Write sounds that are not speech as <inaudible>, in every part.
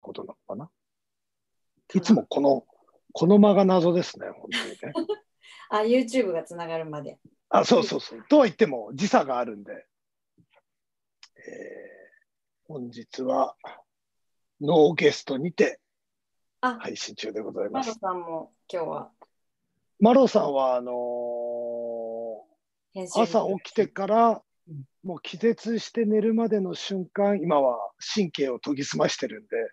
ことなのかな。いつもこの、この間が謎ですね、本当 <laughs> にね。あ、YouTube がつながるまで。あ、そうそうそう。とは言っても時差があるんで、えー本日はノーゲストにてあ配信中でございまマロす。さんも今日はマロさんは、あの編集ー部朝起きてからうん、もう気絶して寝るまでの瞬間、今は神経を研ぎ澄ましてるんで、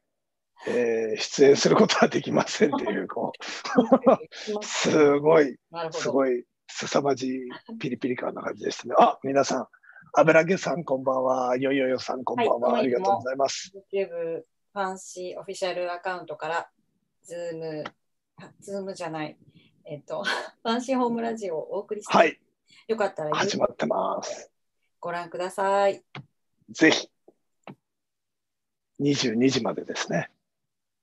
えー出演することはできませんっていう、こ <laughs> う、すごいなるほど。すごい凄まじいピリピリ感な感じですね。あ、皆さん、油揚げさんこんばんは、よよよさんこんばんは、はいありがとうございます。 YouTube ファンシーオフィシャルアカウントから、ズーム、あズームじゃない、えっと、 <laughs> ファンシーホームラジオをお送りして、はい、よかったら始まってます。ご覧ください。ぜひ、22時までですね。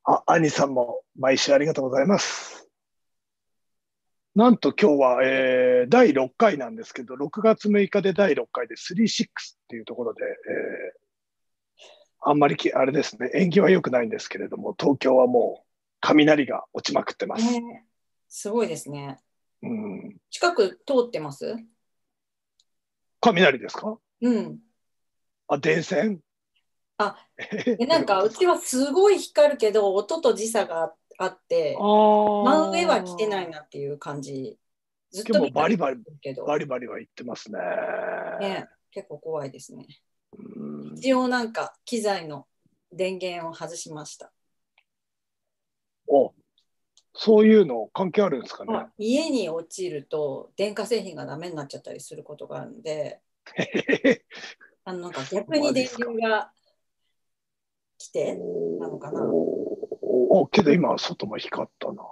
あ、アニさんも毎週ありがとうございます。なんと今日は、えー第6回なんですけど、6月6日で第6回で36っていうところで、えーあんまりき、あれですね、縁起は良くないんですけれども、東京はもう雷が落ちまくってます。ねすごいですね。うん、近く通ってます雷ですかうん。あ、電線あ、えで、な <laughs> んか、うちはすごい光るけど、音と時差があって、真真上は来てないなっていう感じ。ずっ今と日もバリバリ見てるけど、バリバリは言ってますね。ね、結構怖いですね。うん一応なんか機材の電源を外しました。おそういうの関係あるんですかね。家に落ちると電化製品がダメになっちゃったりすることがあるんで、 <laughs> あのなんか逆に電流が来て、なのかなおおけど今、外も光ったな。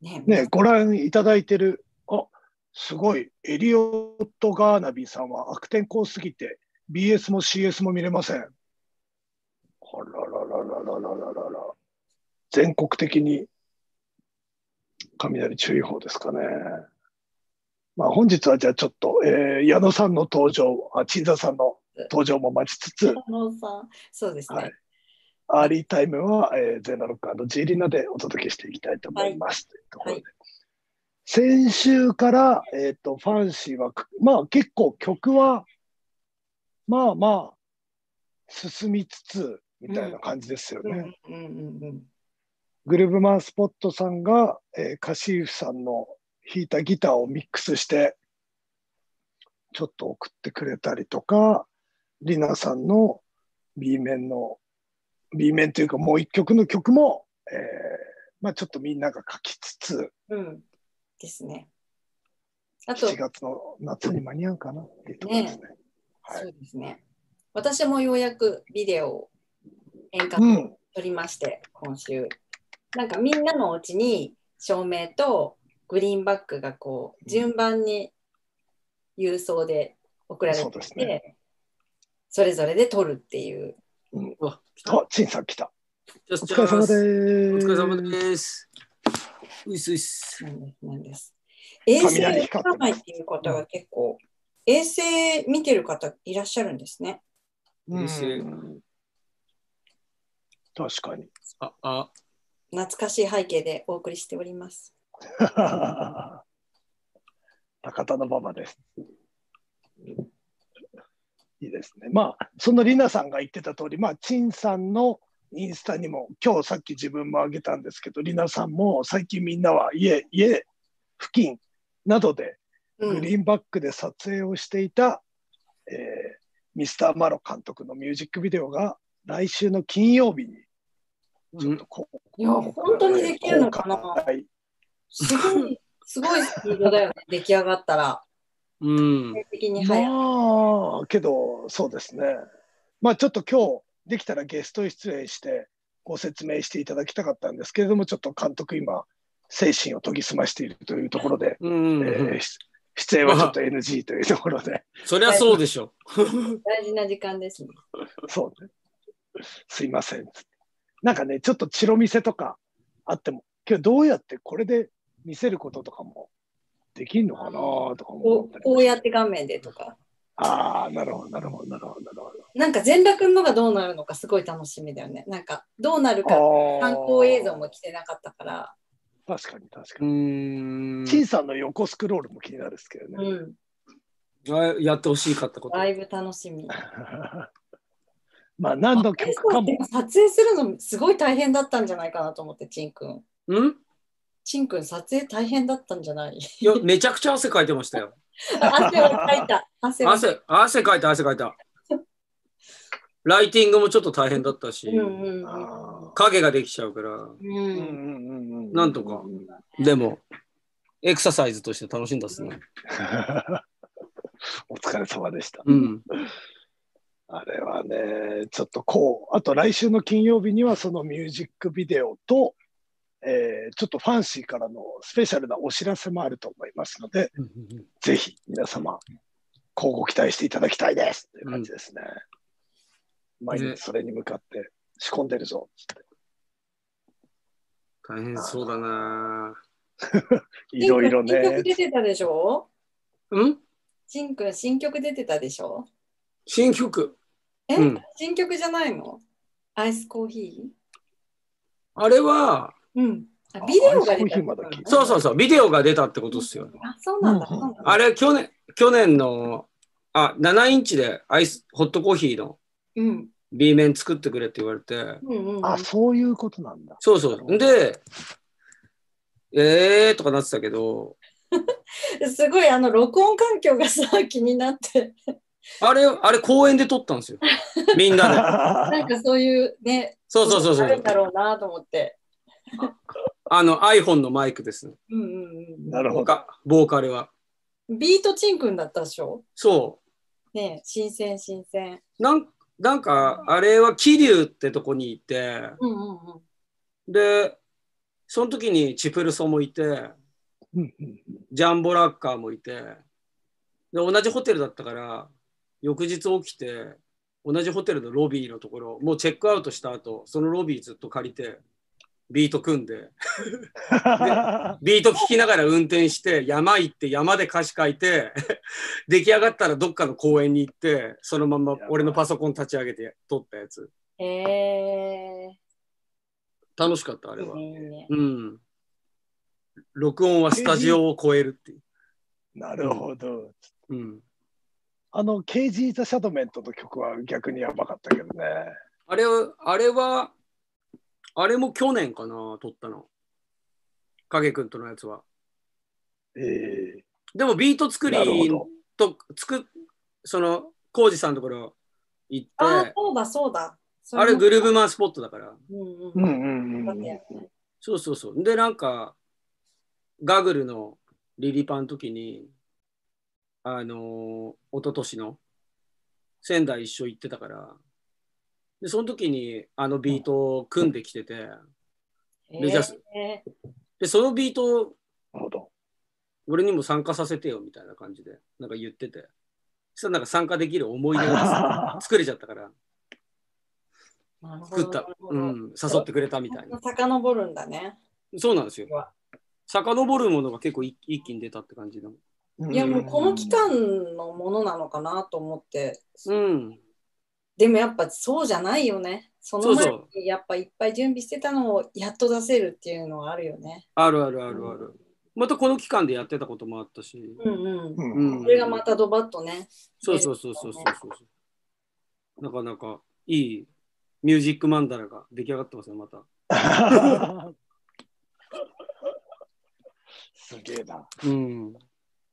ね、ね、ご覧いただいてる、あすごい、エリオット・ガーナビーさんは悪天候すぎて、BS も CS も見れません。あららららららららら。全国的に雷注意報ですかね。まあ、本日はじゃあちょっと、えー矢野さんの登場、あ、鎮座さんの登場も待ちつつ、あのさんそうですね。はいアーリータイムは、えー、ゼナロッカーのジーリナでお届けしていきたいと思います。というところではい先週から、えー、とファンシーは、くまあ、結構曲はまあまあ進みつつみたいな感じですようね。んうんうんうん。グルーブマンスポットさんが、えーカシーフさんの弾いたギターをミックスしてちょっと送ってくれたりとかリナさんの B 面の B 面というかもう一曲の曲も、えーまあ、ちょっとみんなが書きつつうん、ですね。あと、 7月の夏に間に合うかなっていうところですね。はいそうですね。私もようやくビデオを遠隔うん、撮りまして、今週。なんかみんなのお家に照明とグリーンバッグがこう順番に郵送で送られてそうできすて、ねそれぞれで撮るっていう。あ、来た。あ、陳さん来た。おお疲れ様でです。お疲れ様です。ーす。ういすういす。なんですなんです衛星が雷映光ってますらないっていう方が結構、衛星見てる方いらっしゃるんですね。うん確かに。あ、あ、懐かしい背景でお送りしております。 <laughs> 高田の馬場です。いいですね。まあ、そのりなさんが言ってた通り、まあ、陳さんのインスタにも、今日さっき自分もあげたんですけど、りなさんも最近みんなは家、家、付近などでうグんリーンバックで撮影をしていた、えーミスター・マロ監督のミュージックビデオが来週の金曜日にちょっとこう、いや、本当にできるのか公な開すごい、すごいスピードだよね、出来上がったら。 <laughs> うん。的に早い。まあけどそうですねまあちょっと今日できたらゲスト出演してご説明していただきたかったんですけれどもちょっと監督今精神を研ぎ澄ましているというところで、うん。えーし出演はちょっと NG というところでそりゃそうでしょ。大事な時間ですね。そうねすいませんなんかねちょっとチロ見せとかあっても今日どうやってこれで見せることとかもできるのかなとかも思こったうりこうやって画面でとか。ああ、なるほど、なるほど、なるほど、なるほなんか全裸くんのがどうなるのかすごい楽しみだよね。なんかどうなるかど。参考映像も来てなかったから。確かに確かうに。ん。陳さんの横スクロールも気になるですけどね。うん。あやってほしいかったこと。だいぶ楽しみ。 <laughs> まあ何の曲かもで。も撮影するのすごい大変だったんじゃないかなと思って、ちんくん。うんちんくん、撮影大変だったんじゃない <laughs> いや、めちゃくちゃ汗かいてましたよ。汗をかいた。 <laughs> 汗をかい汗、汗かいた、汗かいた。ライティングもちょっと大変だったし、た。うんうんあ影ができちゃうから。う。ーうんんうんうんうんなんとか。でも、エクササイズとして楽しんだっすね。 <laughs> お疲れ様でした。 <laughs> うん。あれはね、ちょっとこう、あと来週の金曜日にはそのミュージックビデオと、えーちょっとファンシーからのスペシャルなお知らせもあると思いますので、ぜひ皆様、乞うご期待していただきたいですという感じですね。毎日それに向かって仕込んでるぞつって大変そうだな。いろいろちんくん新曲ね。出てたでしょうんちんくん、新曲出てたでしょ新曲。え、うん新曲じゃないのアイスコーヒあれは、ーうん。あビデオがアイスコー出ヒたーまだ聞いてそうそうそう、ビデオが出たってことっすよ。あ、そうなんだ。うんうんあれれ、去年、去年の、あ、7インチでアイス、ホットコーヒーのうん。 B 面作ってくれって言われて、うんうんうん。あ、そういうことなんだ。そうそう。で、えーとかなってたけど、すごい、あの、録音環境がさ、気になって。あれ、あれ公園で撮ったんですよ。みん <laughs> なで。なんかそういうね、そうそうそうそある。うんだろうなと思って。あの iPhone のマイクですね。うんうんなるほど。かボーカルは。うん。ビートチンくんだったでしょそう。ねえ新鮮、新鮮。なんなんかあれは桐生ってとこにいてうんうんうん。でその時にチプルソもいてうんうんジャンボラッカーもいてで同じホテルだったから翌日起きて同じホテルのロビーのところもうチェックアウトした後そのロビーずっと借りてビート組んでビート聴きながら運転して山行って山で歌詞書いて <laughs> 出来上がったらどっかの公園に行ってそのまんま俺のパソコン立ち上げて撮ったやつえ楽しかったあー、れは。いいね。うん。録音はスタジオを超えるっていう。 <laughs> なるほど。うん。あの、ケージ・ザ・シャドメントの曲は逆にやばかったけどね。あれは、あれは、あれも去年かな、撮ったの。影くんとのやつは。えでもビート作ー、りなるほど。と、作っ、その、浩二さんのところ行って、あ、あそうだ、そうだ。それもグルーブマンスポットだから。うんううんん。うんだうっんてやつねそうそうそう。で、なんか、ガグルのリリパの時に、あのー、一昨年の仙台一緒行ってたから、で、その時にあのビートを組んできてて、でじゃあえーで、そのビートをなるほど。俺にも参加させてよみたいな感じで、なんか言ってて、そしたらなんか参加できる <laughs> 思い出 <laughs> が作れちゃったから、なるほど作ったなる、ほうどん、誘ってくれたみたいな。遡るんだね。そうなんですようわ。遡るものが結構一一気に出たって感じだもん。いやもうこの期間のものなのかなと思って、うん。でもやっぱそうじゃないよね。その前にやっぱいっぱい準備してたのをやっと出せるっていうのはあるよね。あるあるあるある。またこの期間でやってたこともあったし。うんううん。んこれがまたドバッとね。そうそうそうそうそうそうそう。なかなかいいミュージックマンダラが出来上がってますね、ま <laughs> た。 <laughs> すげえな。うん。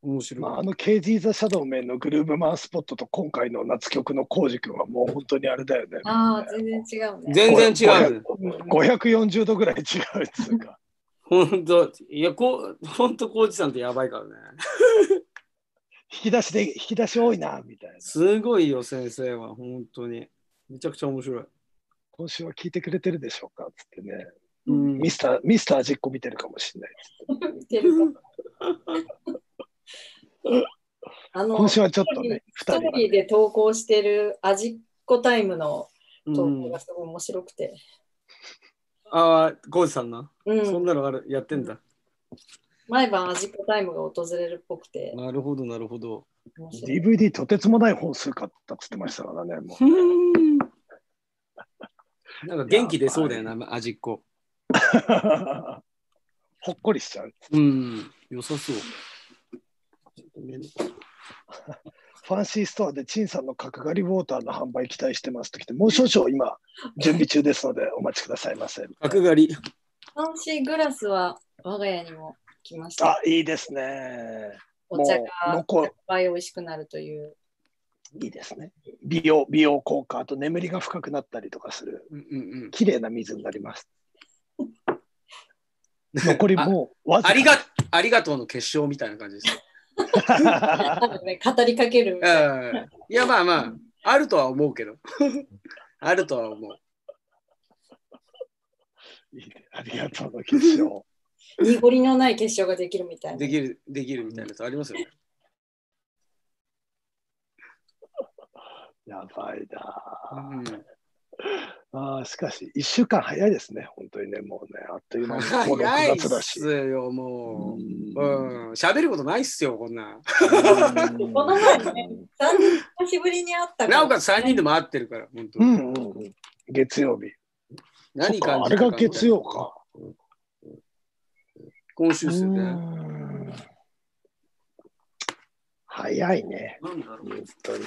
面白い。まあ、あの KG ザ・シャドウメンのグルーブマンスポットと今回の夏曲のコージ君はもう本当にあれだよね。ああ、全然違うね。全然違う。 540度ぐらい違うっつうか。本当いや、こう、本当コーチさんってやばいからね。引き出しで、引き出し多いな、みたいな。すごいよ、先生は、本当に。めちゃくちゃ面白い。今週は聞いてくれてるでしょうかつってね。うんミスター、ミスター味っ子見てるかもしれない。見てるあの、今ス週はちょっとね、ト2人ーがリーねで投稿してるアジっ子タイムのう投ん稿がすごい面白くて。ああ、コーチさんな。うん。そんなのあるやってんだ。毎晩アジコタイムが訪れるっぽくて。なるほど、なるほど。面白い DVD とてつもない本数買ったっつってましたからね、もう。なんか元気出そうだよな、味っ子。 <laughs> ほっこりしちゃう。うん、良さそう。ファンシーストアで陳さんの角刈りウォーターの販売期待してますときて、もう少々今、準備中ですのでお待ちくださいま <laughs> せ。角刈り。ファンシーグラスは我が家にも来ました。あ、いいですね。お茶もうが残いっぱい美味しくなるという。いいですね。美容、美容効果、あと眠りが深くなったりとかする、うんうん綺麗な水にな <laughs> ります。うん。残りもう、わあありがありがとうの結晶みたいな感じです。多分ね、語りかけるみうたいな。んいや、まあまあ、あるとは思うけど。あるとは思う。 <laughs> いいねありがとうの結晶。濁りのない結晶ができるみたいなで。きる、できるみたいなやつありますよね。やばいなうんああ。しかし、1週間早いですね、本当にね、もうね、あっという間に、もう早い6っ月だしす。よ、もう。うん、喋ることないっすよ、こん <laughs> な。うんこの前ね、3人久しぶりに会ったからなおかつ3人でも会ってるから、本当うに。んうんうん、月曜日。何そっか感あじれたかが月曜か。今週っすようね。ん早いね、なんだろう本当に。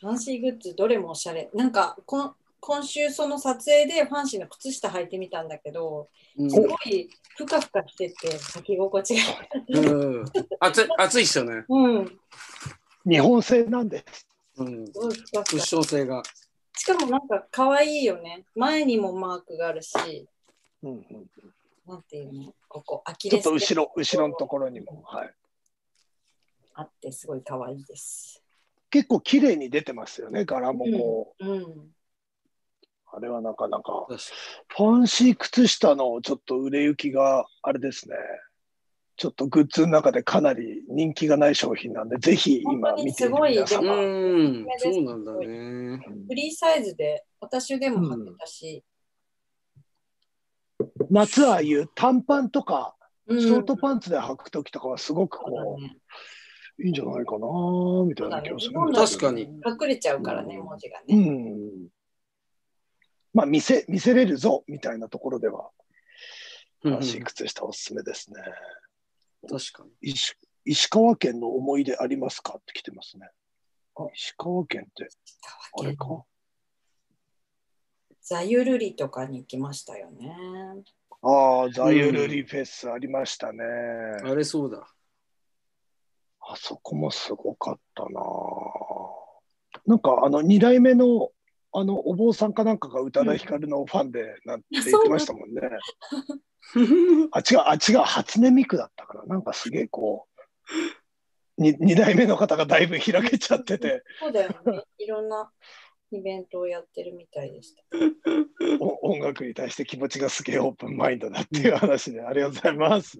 ファンシーグッズどれもおしゃれ。なんかこん今週その撮影でファンシーの靴下履いてみたんだけど、うんすごいふかふかしてて履き心地が。うん暑い暑いっすよね。うん。す日本製なんです。うん。ごいふかクふッか。ション性が。しかもなんか可愛いよね。前にもマークがあるし、うんうんなんていうのここ、アキちょレっスと後腱ろ、後ろのところにも。はい、あってすごい可愛いです。結構綺麗に出てますよね、柄もこうん。う。あれはなかなか。確かファンシー靴下のちょっと売れ行きがあれですね。ちょっとグッズの中でかなり人気がない商品なんで、ぜひ今見ている皆にう様。ん、そうなんだね。フリーサイズで、私でも履けたし、夏はああいう短パンとか、うんショートパンツで履くときとかはすごくこそうだねう、いいんじゃないかなみたいな気がするそう。だね確かに。隠れちゃうからね、文字がうね。ん。まあ、見せ、見せれるぞみたいなところでは、うフんァうンんシー靴下おすすめですね。確かに。石石川県の思い出ありますかって来てますね。あ石川県ってあれかザユルリとかに行きましたよね。ああ、ザユルリフェスありましたね。あれそうだ。 <laughs> あそこもすごかったな。なんかあの2代目のあのお坊さんかなんかが宇多田ヒカルのファンでなんて言ってましたもんね。あ違う、あ違う、初音ミクだったから、なんかすげえこう、に2代目の方がだいぶ開けちゃってて、そう <laughs> だよね。いろんなイベントをやってるみたいでした。お音楽に対して気持ちがすげえオープンマインドだっていう話で、ありがとうございます。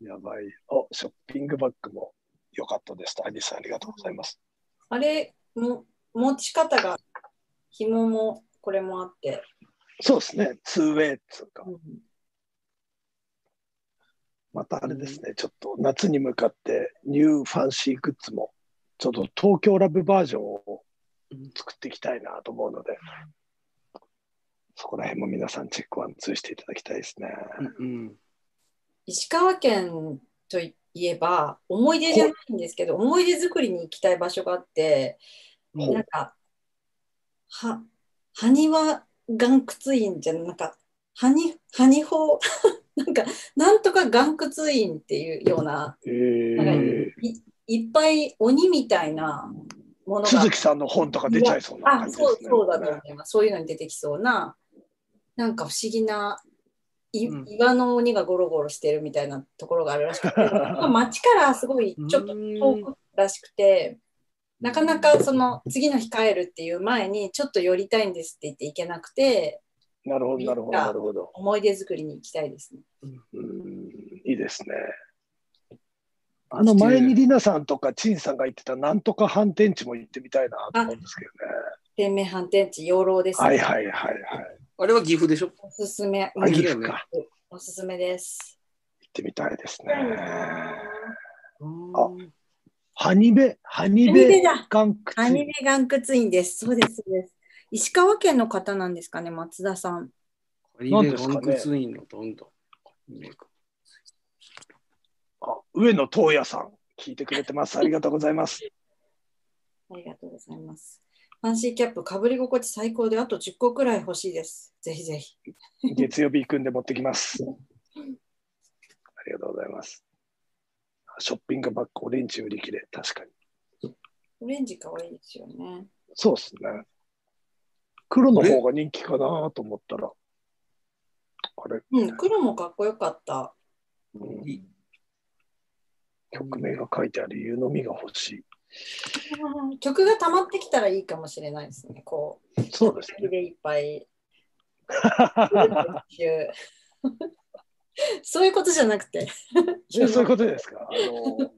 やばい。お、ショッピングバッグも良かったでした。アニさん、ありがとうございます。あれも、持ち方が、紐もこれもあって、そうですね、ツーウェイっつうか、うんまたあれですね、ちょっと夏に向かってニューファンシーグッズも、ちょっと東京ラブバージョンを作っていきたいなと思うので、そこら辺も皆さんチェックワンツーしていただきたいですね。うん石川県といえば、思い出じゃないんですけど、思い出作りに行きたい場所があって、ほうなんか、は、埴輪岩窟院じゃなんか、埴、埴法、 <laughs> なんか、なんとか岩窟院っていうような、えはいー、いっぱい鬼みたいなものが。鈴木さんの本とか出ちゃいそうなあ、感じでそうすね。そうだと思います。そういうのに出てきそうな、なんか不思議な、いうん岩の鬼がゴロゴロしてるみたいなところがある <laughs> らしくて、街からすごいちょっと遠くらしくて、なかなかその次の日帰るっていう前に、ちょっと寄りたいんですって言って行けなくて、なるほど、なるほど、なるほど。思い出作りに行きたいですね。うんいいですね。あの前にりなさんとか陳さんが言ってたなんとか反転地も行ってみたいなと思うんですけどね。天明反転地養老です、はいはいはいはい。あれは岐阜でしょおすすめ。あ、岐岐阜阜か。おおすすめです。行ってみたいですね。アうんハニベ、ハニニメベだ。岩窟。アニメ眼窟院です。そうです。そうです石川県の方なんですかね、松田さん。なアんニメですかねワンクツインのどんどん。あ上野東也さん、聞いてくれて <laughs> ます。ありがとうございます。ありがとうございます。ファンシーキャップ、かぶり心地最高で、あと10個くらい欲しいです。ぜひぜひ。月曜日行くんで持ってきます。ありがとうございます。ショッピングバッグ、オレンジ売り切れ、確かに。オレンジ可愛いですよね。そうですね。黒の方が人気かなと思ったら。あれ、うん、黒もかっこよかった。うん曲名が書いてある湯飲みが欲し <laughs> 曲が溜まってきたらいいかもしれないですね。こう、い。そうです先 <laughs> ね。でいっぱい。そういうことじゃなくて。いやそういうことですか。あの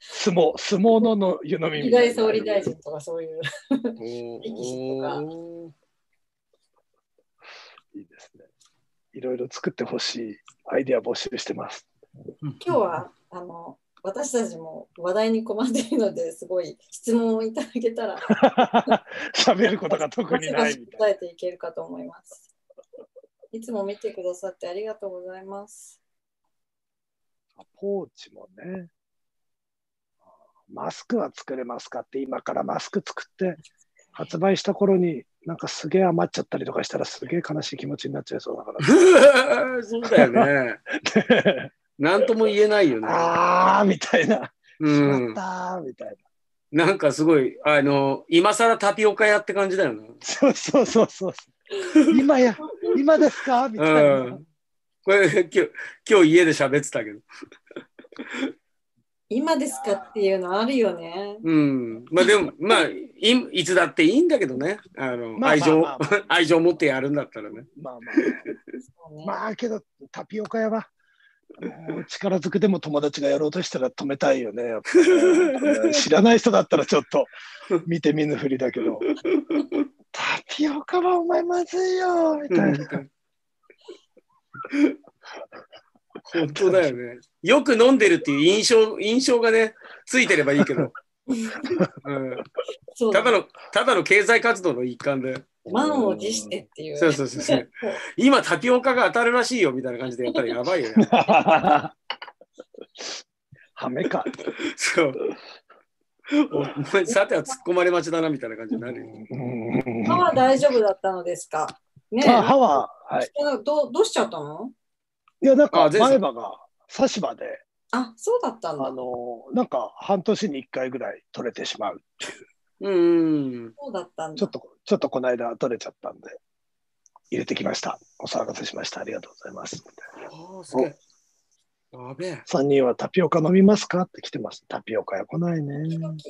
相撲、相撲のの湯飲みみ意たい外な総理大臣とかそういう。力士とかおーいいですね。いろいろ作ってほしいアイディア募集して <laughs> ます。今日は、あの、私たちも話題に困っているので、すごい質問をいただけたら、喋ることが特バにシなバいシみたい答えていけるかと思います。いつも見てくださってありがとうございます。な。ポーチもね。マスクは作れますかって今からマスク作って発売した頃になんかすげえ余っちゃったりとかしたらすげえ悲しい気持ちになっちゃいそうだか <laughs> そうだよね。ら。なんとも言えないよね。 <laughs> あーみたいな。しうまっんた。ーみたいな。なんかすごい、あの、今更タピオカ屋って感じだよね。そうそうそうそう。今や、今ですかみたいな。うん。これ、今日、今日家で喋ってたけど。今ですかっていうのあるよね。うん。まあでも、まあ、いいつだっていいんだけどね。あの、まあ愛情まあまあまあ、愛情持ってやるんだったらね。まあまあ。そうねまあけどタピオカ屋はもう力ずくでも友達がやろうとしたら止めたいよねやっぱ <laughs> ね知らない人だったらちょっと見て見ぬふりだけどタピオカはお前まずいよみたいな本当だよね。よく飲んでるっていう印象、印象がね、ついてればいいけど。うん、そうだねただの、ただの経済活動の一環で。満を持してっていう。そうそうそうそう。今タピオカが当たるらしいよみたいな感じでやったらやばいよね。 <laughs> ハメか、そう。お前さては突っ込まれ待ちだなみたいな感じになるよ。うん歯は大丈夫だったのですかねえあ歯は、はい、どうどうしちゃったのいやなんあか前前世歯が差し歯であそうだったんあだ。のなんか半年に1回ぐらい取れてしまううん。そうだったんだ。ちょっと、ちょっとこの間取れちゃったんで、入れてきました。お騒がせしました。ありがとうございます。ああ、すげえ。やべえ。 3人はタピオカ飲みますかって来てます。タピオカや来ない時々ね。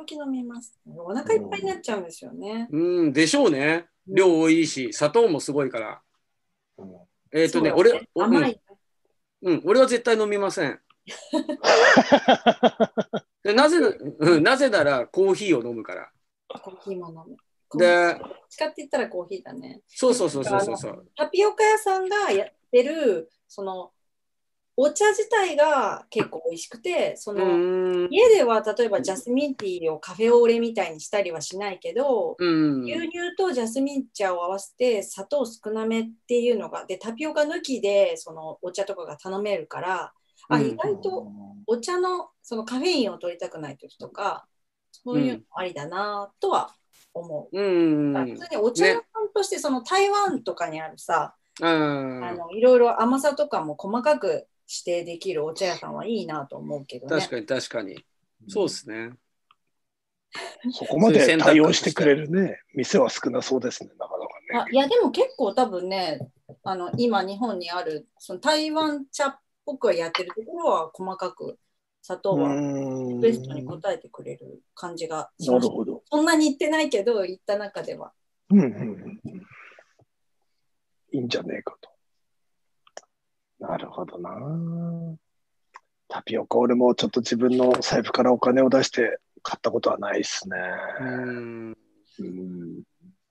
時々飲みます。お腹いっぱいになっちゃうんですよね。うん、でしょうね。量多いし、砂糖もすごいから。えっ、そとね、うだ俺、お甘い。うん、うん俺は絶対飲みません。でなぜ、うんなぜならコーヒーを飲むから。コーヒーも飲む。で、使っていったらコーヒーだね。そうそうそうそうそうそう。タピオカ屋さんがやってるそのお茶自体が結構美味しくてそうの、ーん。家では例えばジャスミンティーをカフェオレみたいにしたりはしないけど、うん。牛乳とジャスミン茶を合わせて砂糖少なめっていうのがでタピオカ抜きでそのお茶とかが頼めるから、あうん意外とお茶のそのカフェインを取りたくない時とかそういうのもありだなとは思う。うん。普通にお茶屋さんとしてその台湾とかにあるさ、うんあのいろいろ甘さとかも細かく指定できるお茶屋さんはいいなと思うけどね。確かに確かに。そうですね。そこまで対応してくれるね。店は少なそうですね。なかなあかね。いやでも結構多分ねあの今日本にあるその台湾茶っぽくやってるところは細かく砂糖うはーんベストに応えてくれる感じがしなまるした。ほど。そんなに行ってないけど行った中では。うんうんうんいいんじゃねえかと。なるほどな。タピオカ、俺もちょっと自分の財布からお金を出して買ったことはないですね。うん。うん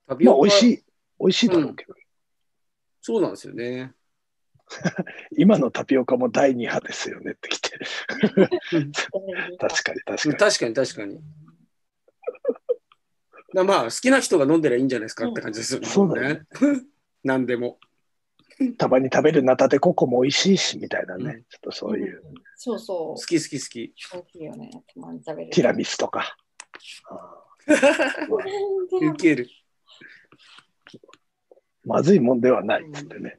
タピまあ、オカ美味しい。美味しいだろうけど。そうなんですよね。今のタピオカも第2波ですよねって来て、確かに確かに。確かに確かに。だまあ、好きな人が飲んでりゃいいんじゃないですかって感じですよね。そうだね。 <laughs> 何でも。たまに食べるナタデココも美味しいし、みたいなね、うんちょっとそういう、そうそ好き好き好き。う。大きいよね。たまに食べる。ティラミスとか。うんティラウミスケる。まずいもんではないっつってね。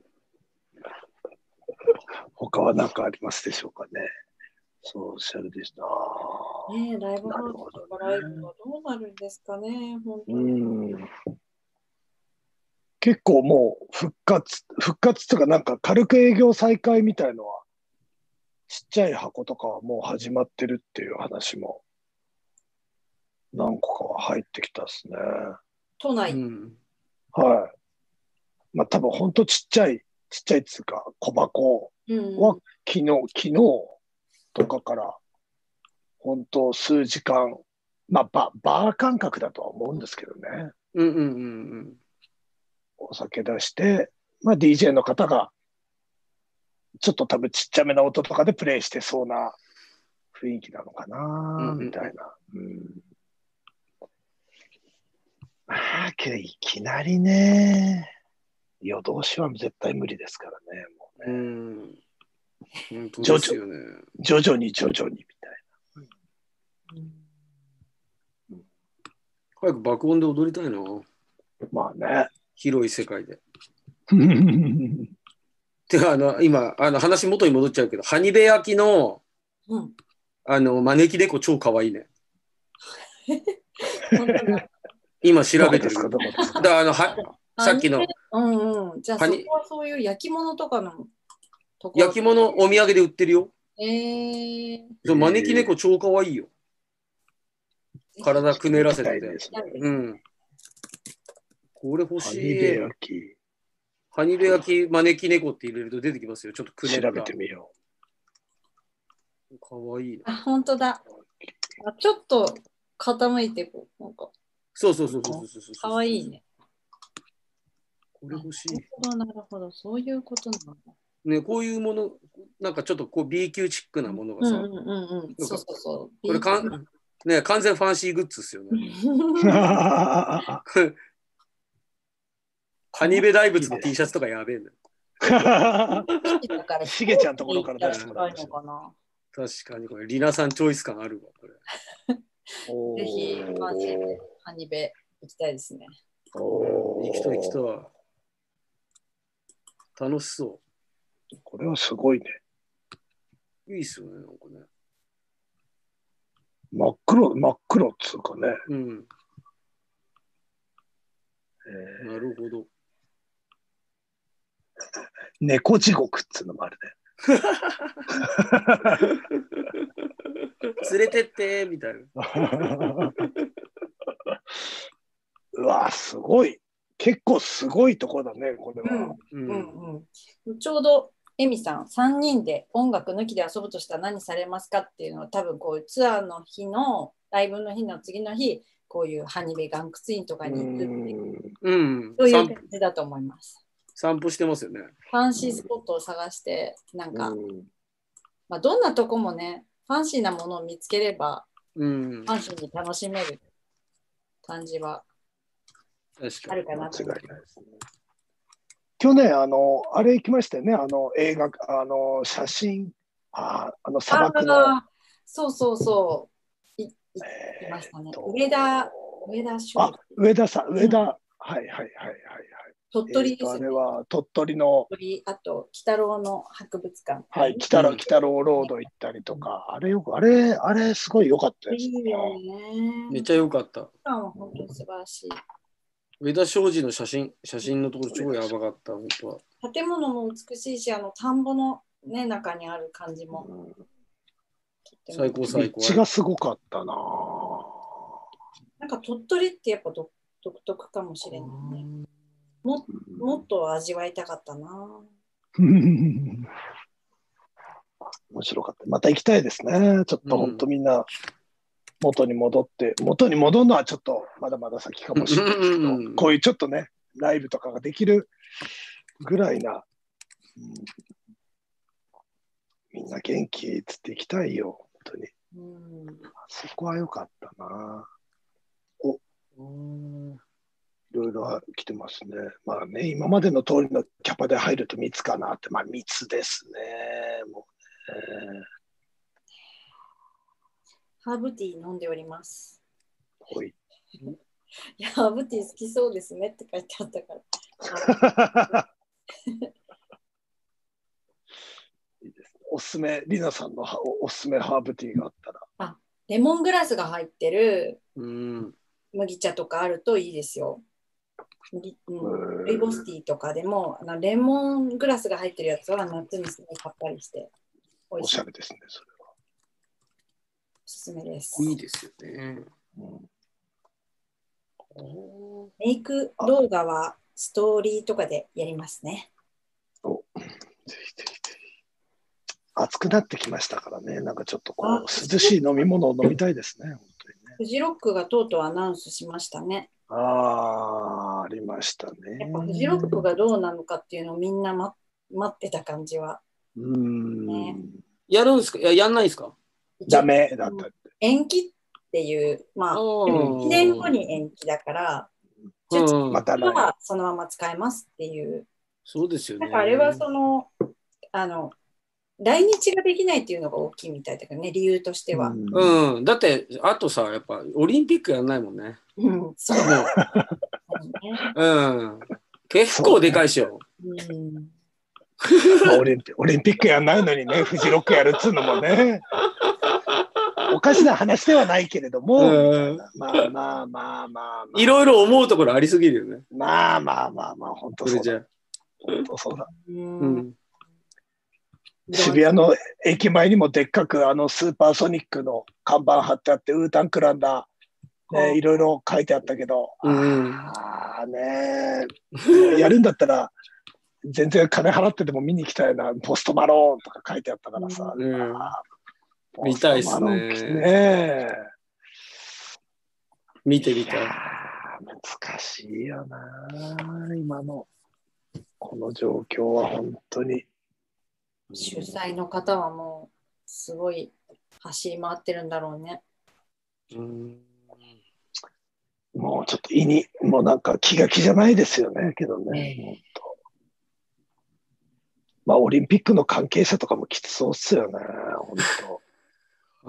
他は何かありますでしょうかね。ソーシャルディスタンスねえ、ライブハウスとかライブはどうなるんですかね。本当うに。ん結構もう復活、復活とかなんか軽く営業再開みたいのは、ちっちゃい箱とかはもう始まってるっていう話も何個かは入ってきたですね。都う内。ん。はい。まあ多分ほんとちっちゃい、ちっちゃいっつうか小箱うんは昨日、昨日とかから本当数時間、まあババー感覚だとは思うんですけどね。うんうんうんお酒出して、まあ、DJ の方がちょっと多分ちっちゃめな音とかでプレイしてそうな雰囲気なのかうんなうんみたいな。うんまあけどいきなりね夜通しは絶対無理ですからねもううねん。うん。本当ですよね。徐々に徐々にみたい早く爆音で踊りたいな。な。まあ広い世界で。ね。てか、あの、今、あの話元に戻っちゃうけど、ハニベ焼きの、うん。あの、招き猫超可愛いね。本当だ今調べてどこです。るかどこですかだからあのはさっきの。うんうん。じゃあ、カそニこはそういう焼き物とかのところ。焼き物お土産で売ってるよ。ええそう招き猫超可愛いよ。ー。体くねらせて行きたいてで。すねうん。これ欲ハしニいベ。焼きハニベ焼き招き猫って入れると出てきますよ。ちょっとくね調らべてみよ可愛いな。あ、本当だ。あちょっと傾いてこう。なんか、そうそうそうそうそうそう。かわいい。ね。これ欲しなるほど、なるほど。そういうことなんだ。い。ね、こういうもの、なんかちょっとこう B 級チックなものがうんさ、うんうんうん。そうそうそう。これかん、ね、完全ファンシーグッズっすよね。う。 <laughs> <laughs> ハニベ大仏の T シャツとかやべえね。しげちゃんところから出してもらいましょうかな。確かにこれ、リナさんチョイス感あるわ、これ。ぜひ、まあ、おーハニベ行きたいですね。おー行きたい行きたい。楽しそこれはすごいね。う。いいっすよね、なんかね。真っ黒、真っ黒っつうかね。うん、えーなるほど。猫地獄っつうのもある連れてって、みたいな。ね。うわすごい。結構すごいとこだね、これは。う。うんんうん。ちょうど、エミさん、3人で音楽抜きで遊ぶとしたら何されますかっていうのを多分こうツアーの日のライブの日の次の日こういうハニベガンクツインとかうに行くっていううん。そういう散感じだと思います。散歩してますよね。ファンシースポットを探してなんか、んまあ、どんなとこもねファンシーなものを見つければうん。ファン確シーに楽しめる感じはあかにる。かなと間違い思ないって。ですね。去年、あの、あれ行きましたよね。あの、映画、あの、写真、あーあの、砂漠の。あーそうそうそう。いえいーましたねと。上田、上田翔あ、上田さん、ん上田、はいはいはいはいはい。鳥取えーでとあすねれ。は鳥取の、鳥取あと、北郎の博物館。はい、北う郎ん北郎ロード行ったりとか、あれよく、あれ、あれすごい良かったでいすいね。よね。めっちゃ良かった。ゃは本当に素晴らしい。上田庄司の写真、写真のところ超やばかった、本当は。建物も美しいし、あの田んぼの、ね、中にある感じもうんとっても最高最高。道がすごかったなぁ。なんか鳥取ってやっぱ独独特かもしれないね。ももっと味わいたかったな。うん面白かった。また行きたいですね。ちょっとうん本当みんな元に戻って、元に戻るのはちょっとまだまだ先かもしれないですけど、うんうんうんこういうちょっとね、ライブとかができるぐらいな、うんみんな元気っつって行きたいよ、本当に。うんあそこは良かったな。うんいろいろ来てますね。まあね、今までの通りのキャパで入ると密かなって、まあ密ですね。もうね。ハーブティー飲んでおります。ほい。いや、ハーブティー好きそうですねって書いてあったから。 <laughs> いいですねおすすめ、リナさんのはおおすすめハーブティーがあったら。レモングラスが入ってるうん麦茶とかあるといいですよ。麦うん、へールイボスティーとかでもあのレモングラスが入ってるやつは夏にすごい買ったりしてお美味ししいゃおれですね、そすすめです。いいですよね。れは。うんメイク動画はストーリーとかでやりますね。ぜひぜひぜひ。暑くなってきましたからね、なんかちょっとこあう、涼しい飲み物を飲みたいですね、本当にね。フジロックがとうとうアナウンスしましたね。ああ、ありましたね。やっぱフジロックがどうなのかっていうのをみんな、ま、待ってた感じは。うーん、ねやるんですかいややんないんですかダメだったって。延期っていう、まあ、うん1年後に延期だかうら、ん中また止来はそのまま使えますっていう。そうですよね。だからあれはその、あの、来日ができないっていうのが大きいみたいだけどね、理由として年は。うんうん、だってあとさやっぱオリンピックやんないもんね。うん、そうもうだうん、結構でかいっしょ。ね。うんまあオリンピオリンピックやんないの <laughs> にね、フジロックやるっつうのもね、おかしな話ではないけれども、うんまあまあまあまあまあ、いろいろ思うところありすぎるよね。まあまあまあまあ、本当そそれうじだ。ゃあ。本当そうだううんん。渋谷の駅前にもでっかくあのスーパーソニックの看板貼ってあって、ウータンクランダー、ね、いろいろ書いてあったけど、うん。ああねー、やるんだったら、全然金払ってでも見に行きたいな、ポストマローンとか書いてあったからさ。うんあー見たいっすねポストマローン来てね見てみいやたい。ー難しいよな、今の。この状況は本当に。主催の方はもう、すごい走り回ってるんだろうね。うんもうちょっと胃に、もうなんか気が気じゃないですよね、けどね。ええ本当まあ、オリンピックの関係者とかもきつそうっすよね、本当。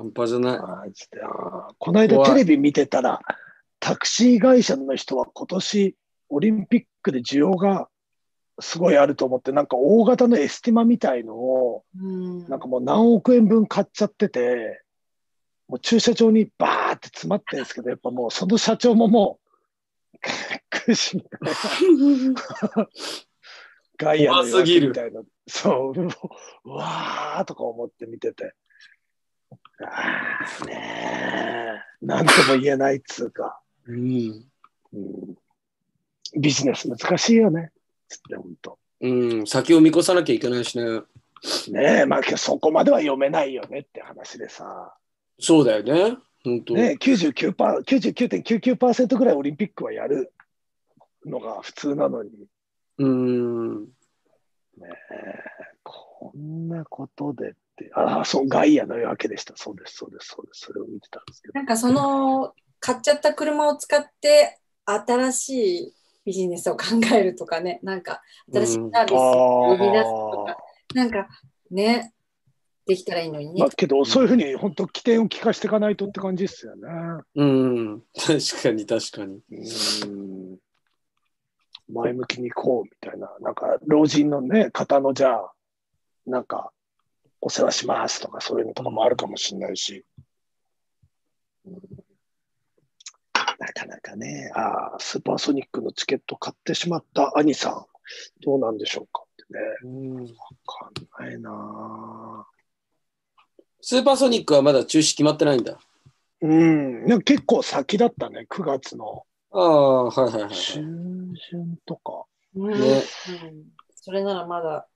半端じゃない。マジであーこの間テレビ見てたら、タクシー会社の人は今年オリンピックで需要がすごいあると思って、なんか大型のエスティマみたいのを、うんなんかもう何億円分買っちゃってて、もう駐車場にバーって詰まってるんですけど、やっぱもうその社長ももう、 <laughs> 苦しみガイアの夜明けみたいな。そう、もううわーとか思って見てて。あーねえ。なんとも言えないっつうか、うん。うんビジネス難しいよね。つって、ほんと。うん、先を見越さなきゃいけないしね。ねえ、まあけどそこまでは読めないよねって話でさ。そうだよね。本当。ねえ、99%パー99.99%ぐらいオリンピックはやるのが普通なのに。うん。ねえこんなことでって、ああ、そう、ガイアの夜明けでした。そうです、そうです、そうです。それを見てたんですけど。なんかその買っちゃった車を使って新しいビジネスを考えるとかね、なんか新しいサービスを生み出すとか、なんかね、できたらいいのにねまあ、。けど、そういうふうに本当、起点を聞かしていかないとって感じですよね。うん。確かに確かに。うん前向きに行こうみたいな、なんか老人のね、方のじゃあ、なんか、お世話しますとか、そういうのとかもあるかもしれないし。うんなかなかね、ああ、スーパーソニックのチケット買ってしまった兄さん、どうなんでしょうかってね、うんわかんないなあスーパーソニックはまだ中止決まってないんだ。うん、なんか結構先だったね、9月のああ、はいはいはいはい。中旬とか。うんねうんそれならまだ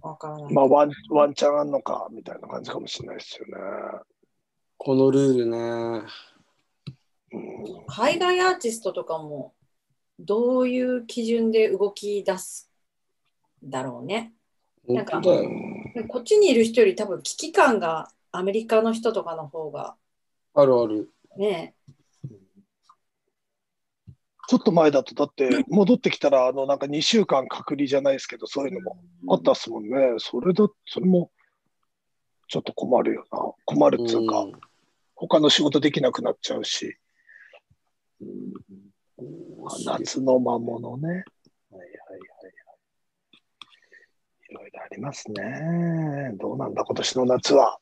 わからない。まあワン、ワンチャンあんのかみたいな感じかもしれないですよこのルールね。ね。海外アーティストとかもどういう基準で動き出すだろうね。なんか本当だうよ。んこっちにいる人より多分危機感がアメリカの人とかの方があるある。ねちょっと前だと、だって戻ってきたら、あのなんか2週間隔離じゃないですけど、そういうのもあったっすもんね。それだ、それもちょっと困るよな。困るっつうか、ん他の仕事できなくなっちゃうし、うんまあ夏の魔物ね。はいはいはい。いろいろありますね。どうなんだ、今年の夏は。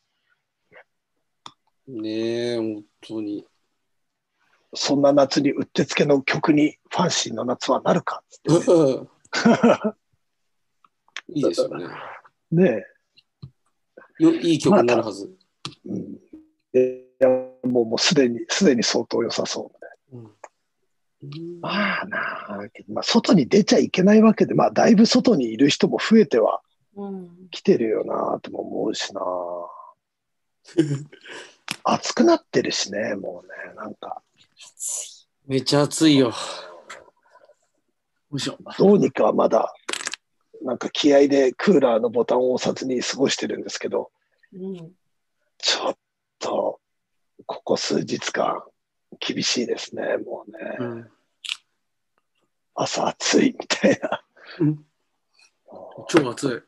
ねえ、本当 <laughs> に。そんな夏にうってつけの曲にファンシーの夏はなる <laughs> かっつっていいですよね。ねえ。よいい曲になるはず。うんいやもうもうすでに、すでに相当良さそううんまあなあ、けどまあ、外に出ちゃいけないわけで、まあ、だいぶ外にいる人も増えてはうん来てるよなとも思うしな。暑くなってるしね、もうね、なんか、暑めっちゃ暑いよ。よいしょ。どうにかまだ、なんか気合でクーラーのボタンを押さずに過ごしてるんですけど、いうんちょっと、ここ数日間、厳しいですね、もうね。うん朝暑いみたいな。うん超暑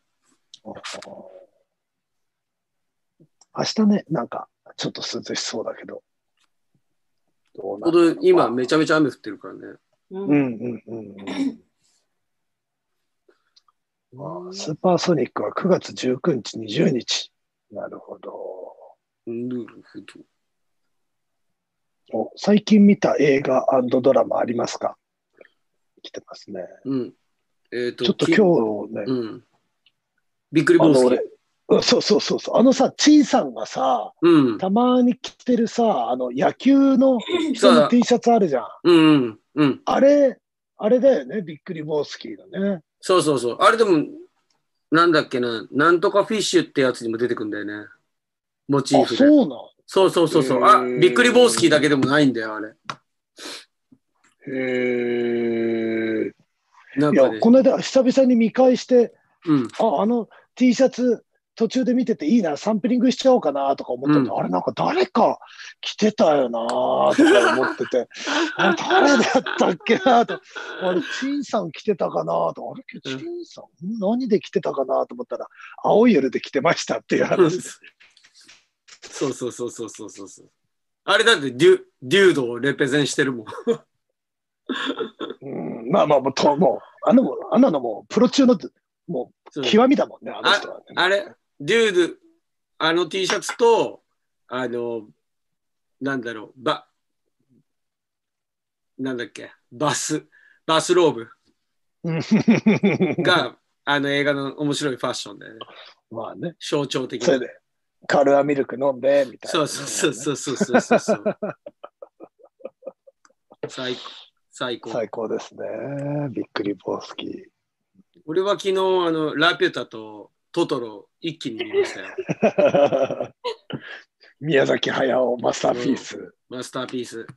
明日ね、なんか、ちょっと涼しそうだけど。どうい。なほるど今めちゃめちゃ雨降ってるからね。ううんんうんうんうん。うんスーパーソニックは9月19日、20日。なるほど。なるほどお最近見た映画ドラマありますか来てますね。うん。えっ、と、ちょっとき今日ね、うん。びっくりあボのー俺ス。、うんそうそうそうそう、あのさ、ちいさんがさ、うん。たまに着てるさ、あの野球の人さのあ T シャツあるじゃん。うんうん。うん。あれ、あれだよね、びっくりボースキーだね。そうそうそう。あれでも、なんだっけな、なんとかフィッシュってやつにも出てくんだよね。モチーあ、フで。そうそなうのそうそうそうあ、びっくりボースキーだけでもないんだよ、あれ。へえ。なんいかやね、。この間、久々に見返して、うん。あ、あの T シャツ、途中で見てていいな、サンプリングしちゃおうかなとか思ったけど、うんあれ、なんか誰か着てたよなとか思ってて、あれ誰だったっけなと、あれ、チンさん着てたかなと、あれ、チンさん、何で着てたかなと思ったら、青い夜で着てましたっていう話。そうそうそうそうそうそうそう。あれだってデュ、デュードをレペゼンしてるもん。うん、まあまあ、もう、ともう、あのも、あんなのもう、プロ中の、も、そうう極みだもんね、あの人はね。あれ、デュード、あの T シャツと、あの、なんだろう、ば、なんだっけ、バス、バスローブうん <laughs> が、あの映画の面白いファッションだよね。まあね、象徴的それなで。、カルアミルク飲んで、みたいそな。うそうそうそうそうそうそう。最高。最高。最高ですね。びっくりボースキー。俺は昨日、あの、ラピュタとトトロ一気に見ました <laughs> よ。宮崎駿、マスターピース。マスターピース。うん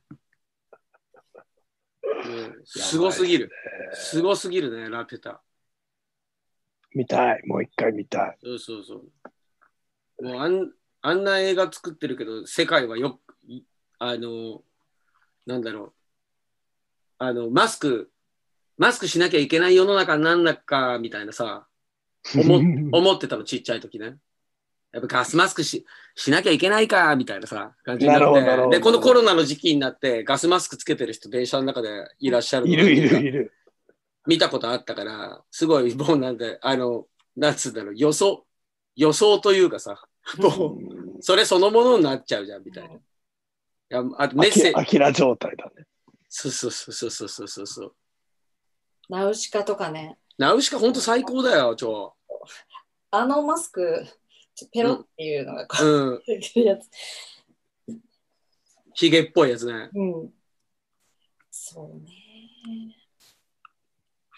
すごすぎる。すごすぎるね、ラピュタ。見たい、もう一回見たい。そうそうそう。もうあんあんな映画作ってるけど、世界はよく、いあの、なんだろう。あの、マスク、マスクしなきゃいけない世の中なんだか、みたいなさ、思思ってたの、ちっちゃい時ね。やっぱガスマスクししなきゃいけないか、みたいなさ、感じにななるっほどなるほどて。で、このコロナの時期になって、ガスマスクつけてる人、電車の中でいらっしゃるのいるいるいる。見たことあったから、すごいもうなんで、あの、なんつうんだろう、予想、予想というかさ、もう、それそのものになっちゃうじゃん、みたいな。いやあとメッセーあジ、きら状態だね。そうそうそうそうそうそうそう。ナウシカとかねナウシカ、ほんと最高だよ、超。あのマスクちょペロっていうのがこうん、ういうやつヒゲっぽいやつね。うんそうね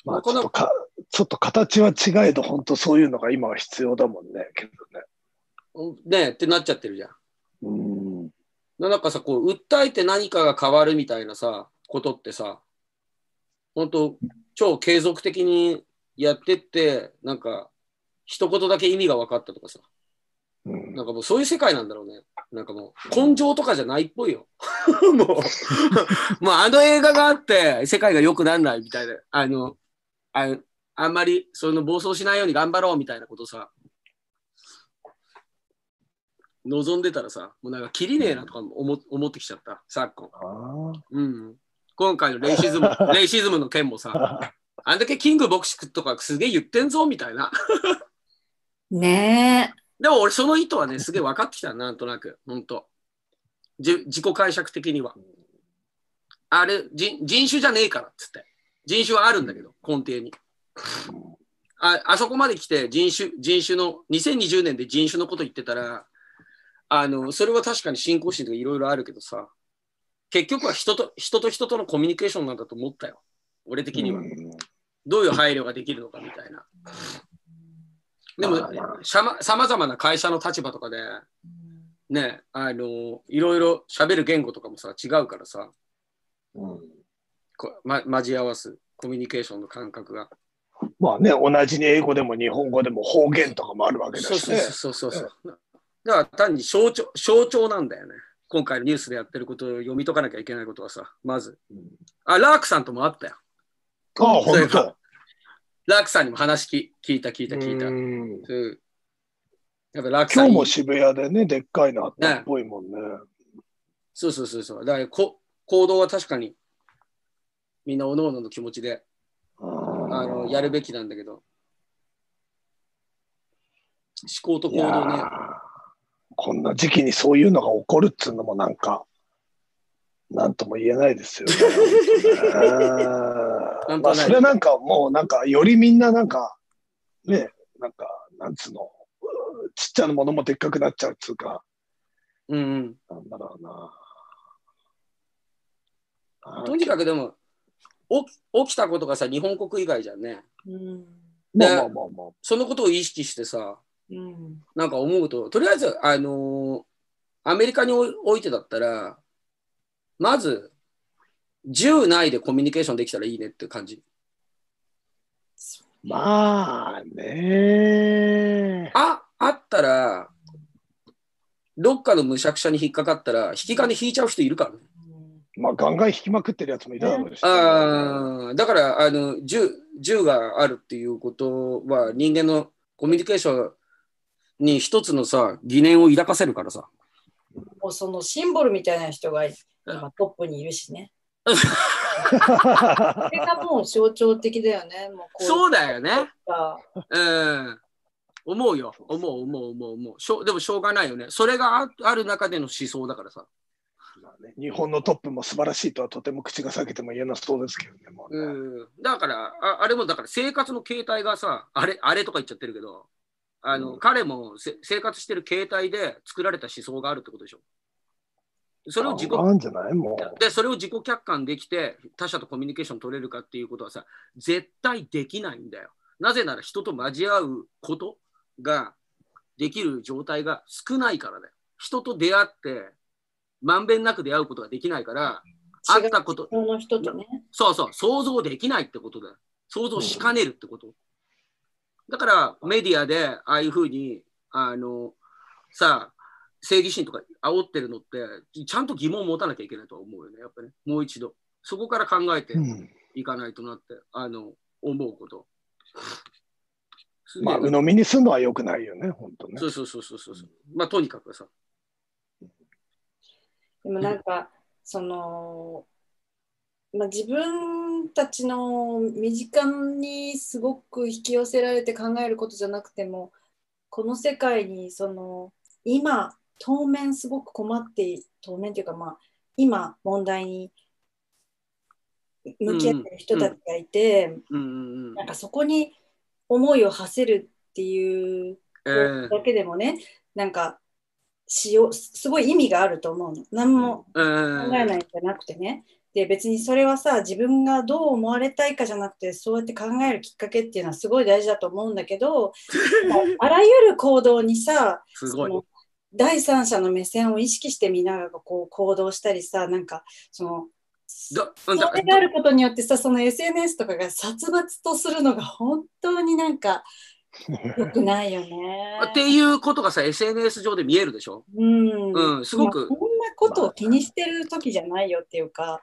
まあ、ちょっとか、ちょっと形は違えど、本当そういうのが今は必要だもんね、けどね。ねえってなっちゃってるじゃん。うんなんかさ、こう、訴えて何かが変わるみたいなさ、ことってさ、ほんと、超継続的にやってって、なんか、一言だけ意味が分かったとかさ。うんなんかもうそういう世界なんだろうね。なんかもう根性とかじゃないっぽいよ。 <laughs> も <laughs> う、もうあの映画があって世界が良くなんないみたいな。あの、ああんまりその暴走しないように頑張ろうみたいなことさ。望んでたらさ、もうなんか切りねえなとか思思ってきちゃった、昨今。あうん。今回のレイシズム、レイシズムの件もさ、あんだけキングボクシングとかすげえ言ってんぞみたいな。ねえ。でも俺その意図はね、すげえ分かってきた、なんとなく、本当じ自己解釈的には。あれ人、人種じゃねえからっつって。人種はあるんだけど、根底に。ああそこまで来て人種、人種の、2020年で人種のこと言ってたら、あの、それは確かに信仰心とかいろいろあるけどさ、結局は人と、人と人とのコミュニケーションなんだと思ったよ。俺的には。どういう配慮ができるのかみたいな。でもまあま、さまざまな会社の立場とかで、ね、あの、いろいろ喋る言語とかもさ、違うからさ、うんこま、交わすコミュニケーションの感覚が。まあね、同じに英語でも日本語でも方言とかもあるわけだそうしそうね。そうそうそう。だから単に象徴象徴なんだよね。今回のニュースでやってることを読み解かなきゃいけないことはさ、まず。うんあ、ラークさんともあったよ。ああ、本当。ラークさんにも話き聞いた聞いた聞いた。うんうんやっぱラーク今さんいい日も渋谷でね、でっかいのあったっぽいもんね。そうそうそうそう。だからこ行動は確かにみんなおののの気持ちでああのやるべきなんだけど思考とい行や動ねーこんな時期にそういうのが起こるっつうのもなんか、なんとも言えないです <laughs> よね。うなんんまとないあ、それなんかもうなんか、よりみんななんか、ね、なんか、なんつうの、ちっちゃなものもでっかくなっちゃうっつうか、うんうんなんだろうな。あとにかくでも起き起きたことがさ日本国以外じゃんねうん。まあまあまあまあ。そのことを意識してさうん。なんか思うととりあえずあのーアメリカにおいおいてだったらまず銃内でコミュニケーションできたらいいねって感じまあねああったら、どっかのむしゃくしゃに引っかかったら、引き金引いちゃう人いるからね。まあガンガン引きまくってるやつもいただろうし、あーだからあの銃、銃があるっていうことは、人間のコミュニケーションに一つのさ、疑念を抱かせるからさ。もうそのシンボルみたいな人が今トップにいるしね。 <laughs> それがもう象徴的だよね。もうこうそうだよね。か。うん。思うよ。思う、思う、思う、思う。しょうでもしょうがないよね。それがあある中での思想だからさ。まあね日本のトップも素晴らしいとはとても口が裂けても言えなそうですけどね。もうねうん、だからあ、あれもだから生活の形態がさ、あれあれとか言っちゃってるけど、あのうん彼もせ生活してる形態で作られた思想があるってことでしょ。それを自己あなんじゃないもう。でそれを自己客観できて、他者とコミュニケーション取れるかっていうことはさ、絶対できないんだよ。なぜなら人と交わうことができる状態が少ないからだよ。人と出会って、まんべんなく出会うことができないから、違会うったこと、人の人とね。そうそう、想像できないってことだよ。想像しかねるってこと。だから、メディアで、ああいうふうに、あの、さあ、正義心とか煽ってるのって、ちゃんと疑問を持たなきゃいけないとは思うよね、やっぱり、ね。もう一度。そこから考えてうんいかないとなって、あの、思うこと。まあ、鵜呑みにするのは良くないよね、本当ねそ。うそうそうそうそう。まあ、とにかくさ。でもなんか、その、まあ、自分たちの身近にすごく引き寄せられて考えることじゃなくてもこの世界にその今当面すごく困って当面というかまあ今問題に向き合ってる人たちがいて、うんうんうんなん。かそこに思いを馳せるっていうえーだけでもね、なんかしようすすごい意味があると思うの何もえ考ーえないんじゃなくてね、で別にそれはさ自分がどう思われたいかじゃなくてそうやって考えるきっかけっていうのはすごい大事だと思うんだけどあらゆる行動にさすごいそ。の第三者の目線を意識してみんながこう行動したりさなんかそのだそだれがあることによってさその SNS とかが殺伐とするのが本当になんかよくないよね。っていうことがさ、SNS 上で見えるでしょうん。うん、すごまあくこ。んなことを気にしてる時じゃないよっていうか、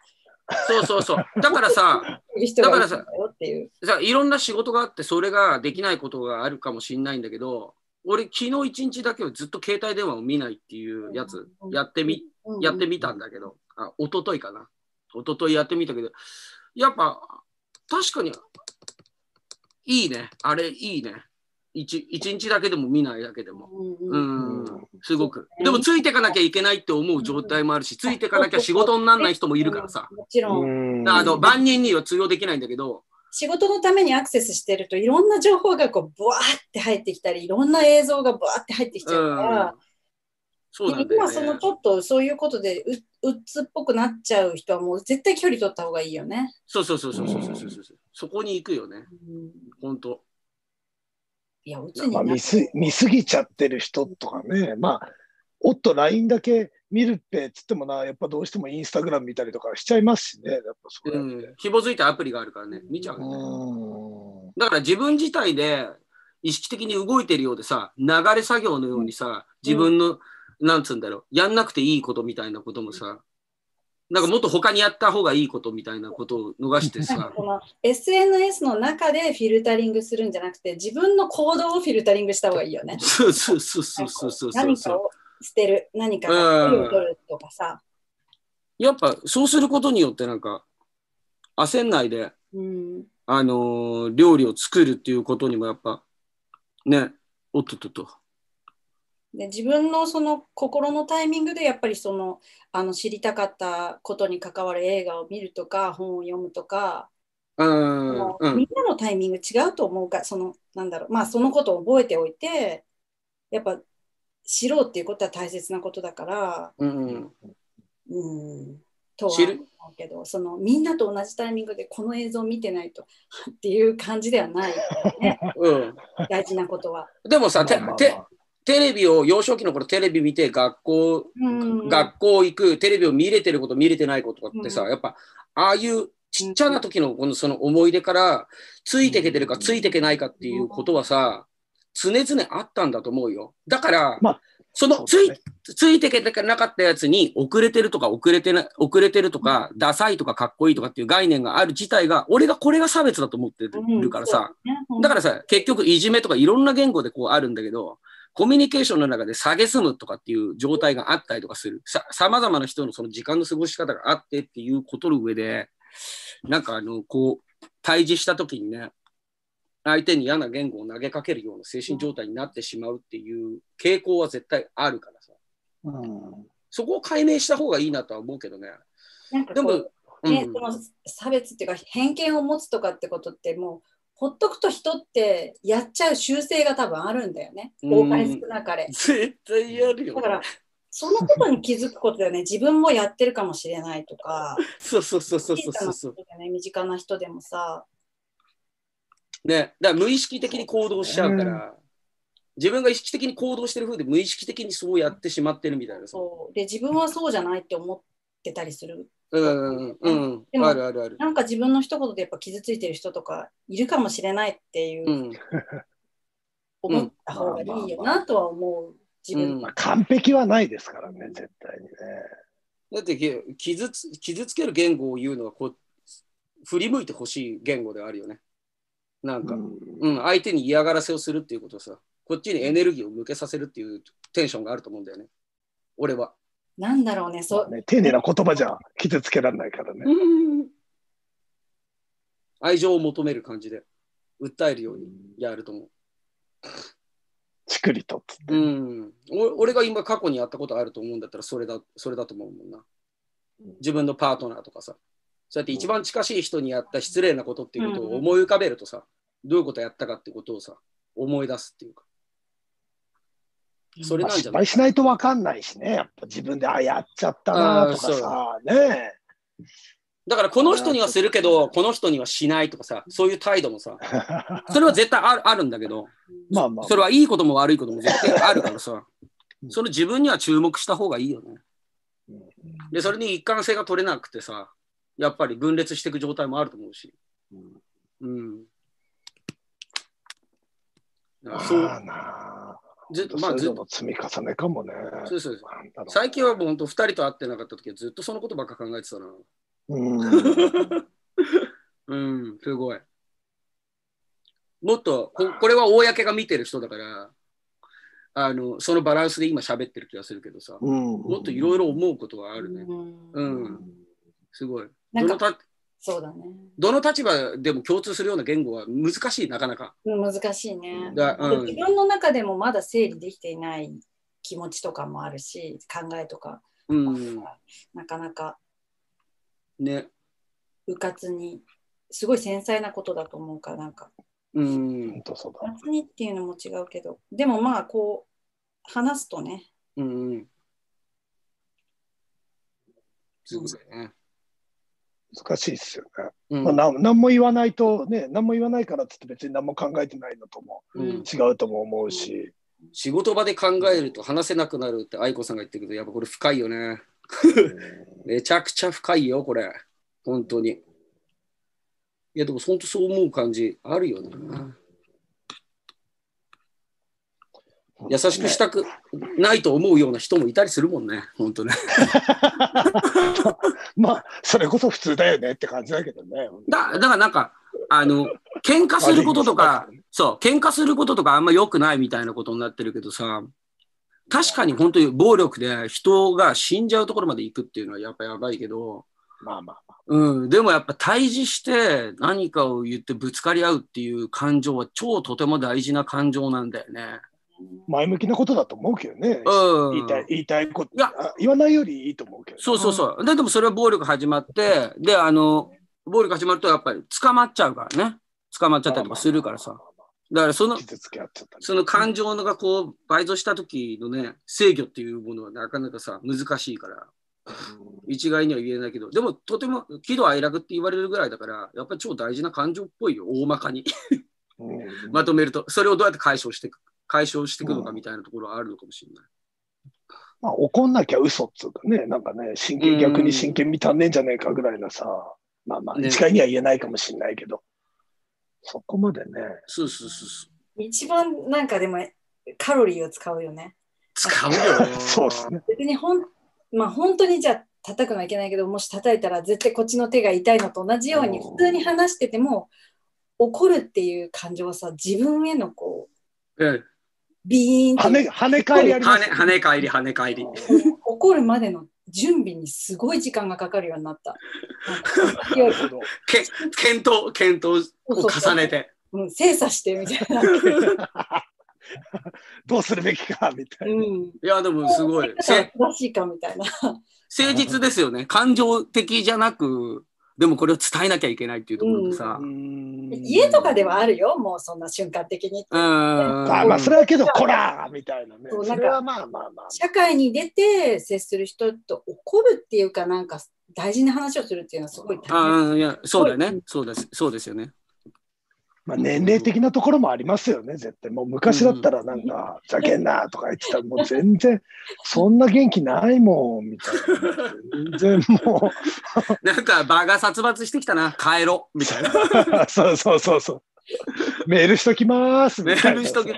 そうそうそう。だからさ、いる人がいるだんだからさよっていう。さいろんな仕事があって、それができないことがあるかもしれないんだけど、俺、昨日一日だけはずっと携帯電話を見ないっていうやつ、やってみ、うんやってみたんだけど、あ、一昨日かな。一昨日やってみたけど、やっぱ、確かに、いいね。あれ、いいね。一一日だけでも見ないだけでも。うんううんんうん、すごく。ねでも、ついていかなきゃいけないって思う状態もあるし、ついていかなきゃ仕事にならない人もいるからさ。もちろん、んあの、万人には通用できないんだけど、仕事のためにアクセスしてるといろんな情報がこうブワーって入ってきたりいろんな映像がブワーって入ってきちゃうから、そうなんだよ今ね。そのちょっとそういうことでううつっぽくなっちゃう人はもう絶対距離取った方がいいよね。そうそうそうそうそうそうそうそう。そこに行くよね。本当。いやうつにまなあ、見す見スすぎちゃってる人とかね、まあ、おっと LINE だけ見るってっつってもな、やっぱどうしてもインスタグラム見たりとかしちゃいますしね、やっぱそれうって。ん。紐づいたアプリがあるからね、見ちゃうよね。うんだから自分自体で意識的に動いてるようでさ、流れ作業のようにさ、自分の、なんつうんだろう、やんなくていいことみたいなこともさ、なんかもっと他にやった方がいいことみたいなことを逃し <laughs> てさ、この SNS の中でフィルタリングするんじゃなくて自分の行動をフィルタリングした方がいいよね。そうそうそうそうそうそうそう何かを捨てる何かが手を取るとかさ。やっぱそうすることによってなんか、焦んないで、うんあのー料理を作るっていうことにもやっぱ、ね、おっとっとっと。で自分のその心のタイミングでやっぱりそのあの知りたかったことに関わる映画を見るとか本を読むとか、うん、もううんみんなのタイミング違うと思うからそのなんだろうまあそのことを覚えておいてやっぱ知ろうっていうことは大切なことだからうんうん。うんとは知る思うけどそのみんなと同じタイミングでこの映像を見てないとっていう感じでは <laughs> ないうん。大事なことは。でもさ、てまあまあまあてテレビを、幼少期の頃テレビ見て学校、うん学校行く、テレビを見れてること見れてないことってさ、うんやっぱ、ああいうちっちゃな時のこのその思い出から、ついてけてるかついてけないかっていうことはさ、常々あったんだと思うよ。だから、まあそのつそうい、ですついてけてなかったやつに遅れてるとか遅れてな遅れてるとか、ダサいとかかっこいいとかっていう概念がある自体が俺がこれが差別だと思ってるからさ、だかららさ、結局いじめとかいろんな言語でこうあるんだけど、コミュニケーションの中で下げすむとかっていう状態があったりとかする。さ、様々な人のその時間の過ごし方があってっていうことの上で、なんかあの、こう、対峙した時にね、相手に嫌な言語を投げかけるような精神状態になってしまうっていう傾向は絶対あるからさ。うんそこを解明した方がいいなとは思うけどね。なんかでこうも、うね、んその差別っていうか偏見を持つとかってことってもうほっとくと人ってやっちゃう習性が多分あるんだよねう多んかれ少なかれ絶対やるよだ。からそのことに気づくことだよね自分もやってるかもしれないと <laughs> かそうそうそうそうそ小うさそうなそ人う。でね身近な人でもさね、だから無意識的に行動しちゃうから、自分が意識的に行動してる風で無意識的にそうやってしまってるみたいなさ。そうで自分はそうじゃないって思ってたりするうんうんでうん。もあるあるある。。なんか自分の一言でやっぱ傷ついてる人とかいるかもしれないっていううん思った方がいいよなとは思う自う分んまあ、完璧はないですからね、絶対にね。だってき傷つ傷つける言語を言うのはこう振り向いてほしい言語ではあるよね。なんか、うん、相手に嫌がらせをするっていうことさ、こっちにエネルギーを向けさせるっていうテンションがあると思うんだよね。俺は。なんだろうねそうね丁寧な言葉じゃ傷つけられないからね。愛情を求める感じで、訴えるようにやると思う。チクリとっつって。うん、お俺が今過去にやったことあると思うんだったらそれだそれだと思うもんな自分のパートナーとかさそうやって一番近しい人にやった失礼なことっていうことを思い浮かべるとさ、どういうことやったかってことをさ思い出すっていうかそれまあなんじ失ゃない敗しないと分かんないしね、やっぱ自分で、あ、やっちゃったなとかさ、ねだからこの人にはするけどこの人にはしないとかさそういう態度 <laughs> もさそれは絶対あるあるんだけどまあまあそれはいいことも悪いことも絶対あるからさその自分には注目した方がいいよねでそれに一貫性が取れなくてさやっぱり分裂していく状態もあると思うし、うんそうまあなずっと、まそあ、ういずうっのとの積み重ねかもね。そうそうそうなんだろう最近はもう本当2人と会ってなかった時はずっとそのことばっか考えてたなうんうんすごいもっとここれは公が見てる人だからあのそのバランスで今喋ってる気がするけどさうん <laughs> もっといろいろ思うことはあるねううんんすごいなどんのかたそうだね。どの立場でも共通するような言語は難しいなかなかうん難しいね。だ、う自ん分の中でもまだ整理できていない気持ちとかもあるし、考えとか、うん、なかなかねうかつに、すごい繊細なことだと思うから、なんか、うん本当そううかつにっていうのも違うけど、でもまあ、こう、話すとね、うんうんすごいねだ。難しいっすよね。うんまあ、なん何も言わないとね、何も言わないからっつって別に何も考えてないのともうん違うとも思うし、仕事場で考えると話せなくなるって愛子さんが言ってるけどやっぱこれ深い <laughs> よねめちゃくちゃ深いよこれ本当にいやでも本当そう思う感じあるよね優しくしたくないと思うような人もいたりするもんね本当ね <laughs> まあそれこそ普通だよねって感じだけどね。だだからなんかあの喧嘩することとかそう喧嘩することとかあんま良くないみたいなことになってるけどさ確かに本当に暴力で人が死んじゃうところまで行くっていうのはやっぱやばいけど、まあまあまあ。うん、でもやっぱ対峙して何かを言ってぶつかり合うっていう感情は超とても大事な感情なんだよね。前向きなことだと思うけどね。うん、言いたい言いたいこといやあ言わないよりいいと思うけどね。そうそうそう。ででもそれは暴力始まってであの暴力始まるとやっぱり捕まっちゃうからね捕まっちゃったりとかするからさ。だからその傷つけ合っちゃったり。その感情のがこう倍増した時のね制御っていうものはなかなかさ難しいから一概には言えないけどでもとても喜怒哀楽って言われるぐらいだからやっぱり超大事な感情っぽいよ大まかに。 <laughs> うんうんまとめると、それをどうやって解消していく解消していくのかみたいなところはあるのかもしれない。まあ、怒んなきゃ嘘っつうかね、なんかね、真うん剣、逆に真剣味足んねえんじゃねえかぐらいのさ、まあまあ、ね一概には言えないかもしれないけど、そこまでね、そうそうそうそう。一番なんかでもカロリーを使うよね。使うよね。そうですね。別にほん、まあ、本当にじゃあ叩くのはいけないけどもし叩いたら絶対こっちの手が痛いのと同じようにうん普通に話してても怒るっていう感情はさ自分へのこうえビーン跳ってね、跳ね返りあえ、りま跳すねよね跳ね返り、跳ね返り。怒るまでの準備にすごい時間がかかるようになった。なんか <laughs> いなやるほどけ検討、検討を重ねて。うん、精査してみたいな。どうするべきか、みたういな。んいや、でもすごい。せ正しいかみたいな。誠実ですよね。感情的じゃなく、でもこれを伝えなきゃいけないっていうところでさ。家とかではあるよ、もうそんな瞬間的に。うん。まあまあ、それはけど、こらーみたいなねそう。なんかそれはまあまあまあ。社会に出て接する人と怒るっていうかなんか大事な話をするっていうのはすごい大ああいやそうだよね。そうです。そうですよね。まあ、年齢的なところもありますよね、絶対。もう昔だったら、なんか、ざけんなとか言ってたら、もう全然、そんな元気ないもん、みたい <laughs> な。全然もう。なんか場が殺伐してきたな。帰ろう。みたいな。 <laughs> そうそうそうそう。メールしときますメみたいーな。ルしとけ。い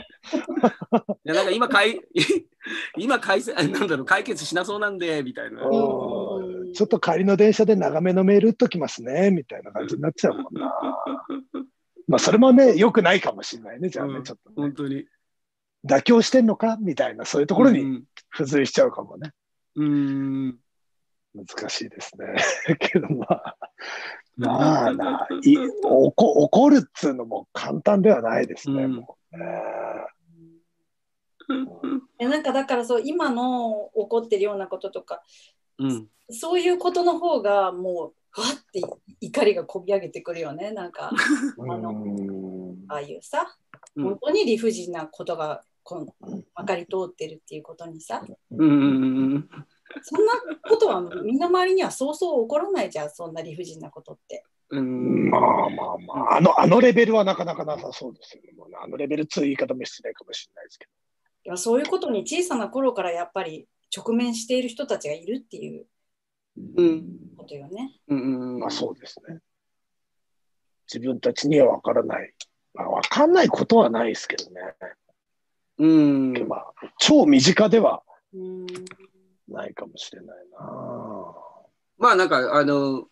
やなんか今かい <laughs> 今解説あなんだろう解決しなそうなんでみたいな。うんちょっと帰りの電車で長めのメール打っときますねみたいな感じになっちゃうもん <laughs> な。まあそれもね、良くないかもしれないね、じゃあね、うんちょっとね、本当に。妥協してんのかみたいな、そういうとところに付随しちゃうかもね。うん。難しいですね。 <laughs> けどまあ、まあな、 <laughs> い怒怒るっつうのも簡単ではないですね、うんもうね事。なんかだからそう今の怒ってるようなこととかうん。そういうことの方がもうわって怒りがこび上げてくるよねなん <laughs> かあのうんああいうさうん本当に理不尽なことがこんまかり通ってるっていうことにさうんうんそんなことはみんな周りにはそうそう起こらないじゃんそんな理不尽なことって。うんうん。まあまあまあ、あの、あのレベルはなかなかなさそうですよね。もうねあのレベル2言い方もしてないかもしれないですけいやそういうことに小さな頃からやっぱり直面している人たちがいるっていううんことよね。うんど、まあそうですね。自分たちには分からない。まあ、分かんないことはないですけどね。うん。まあ、超身近ではうんないかもしれないな。まあなんか、あの、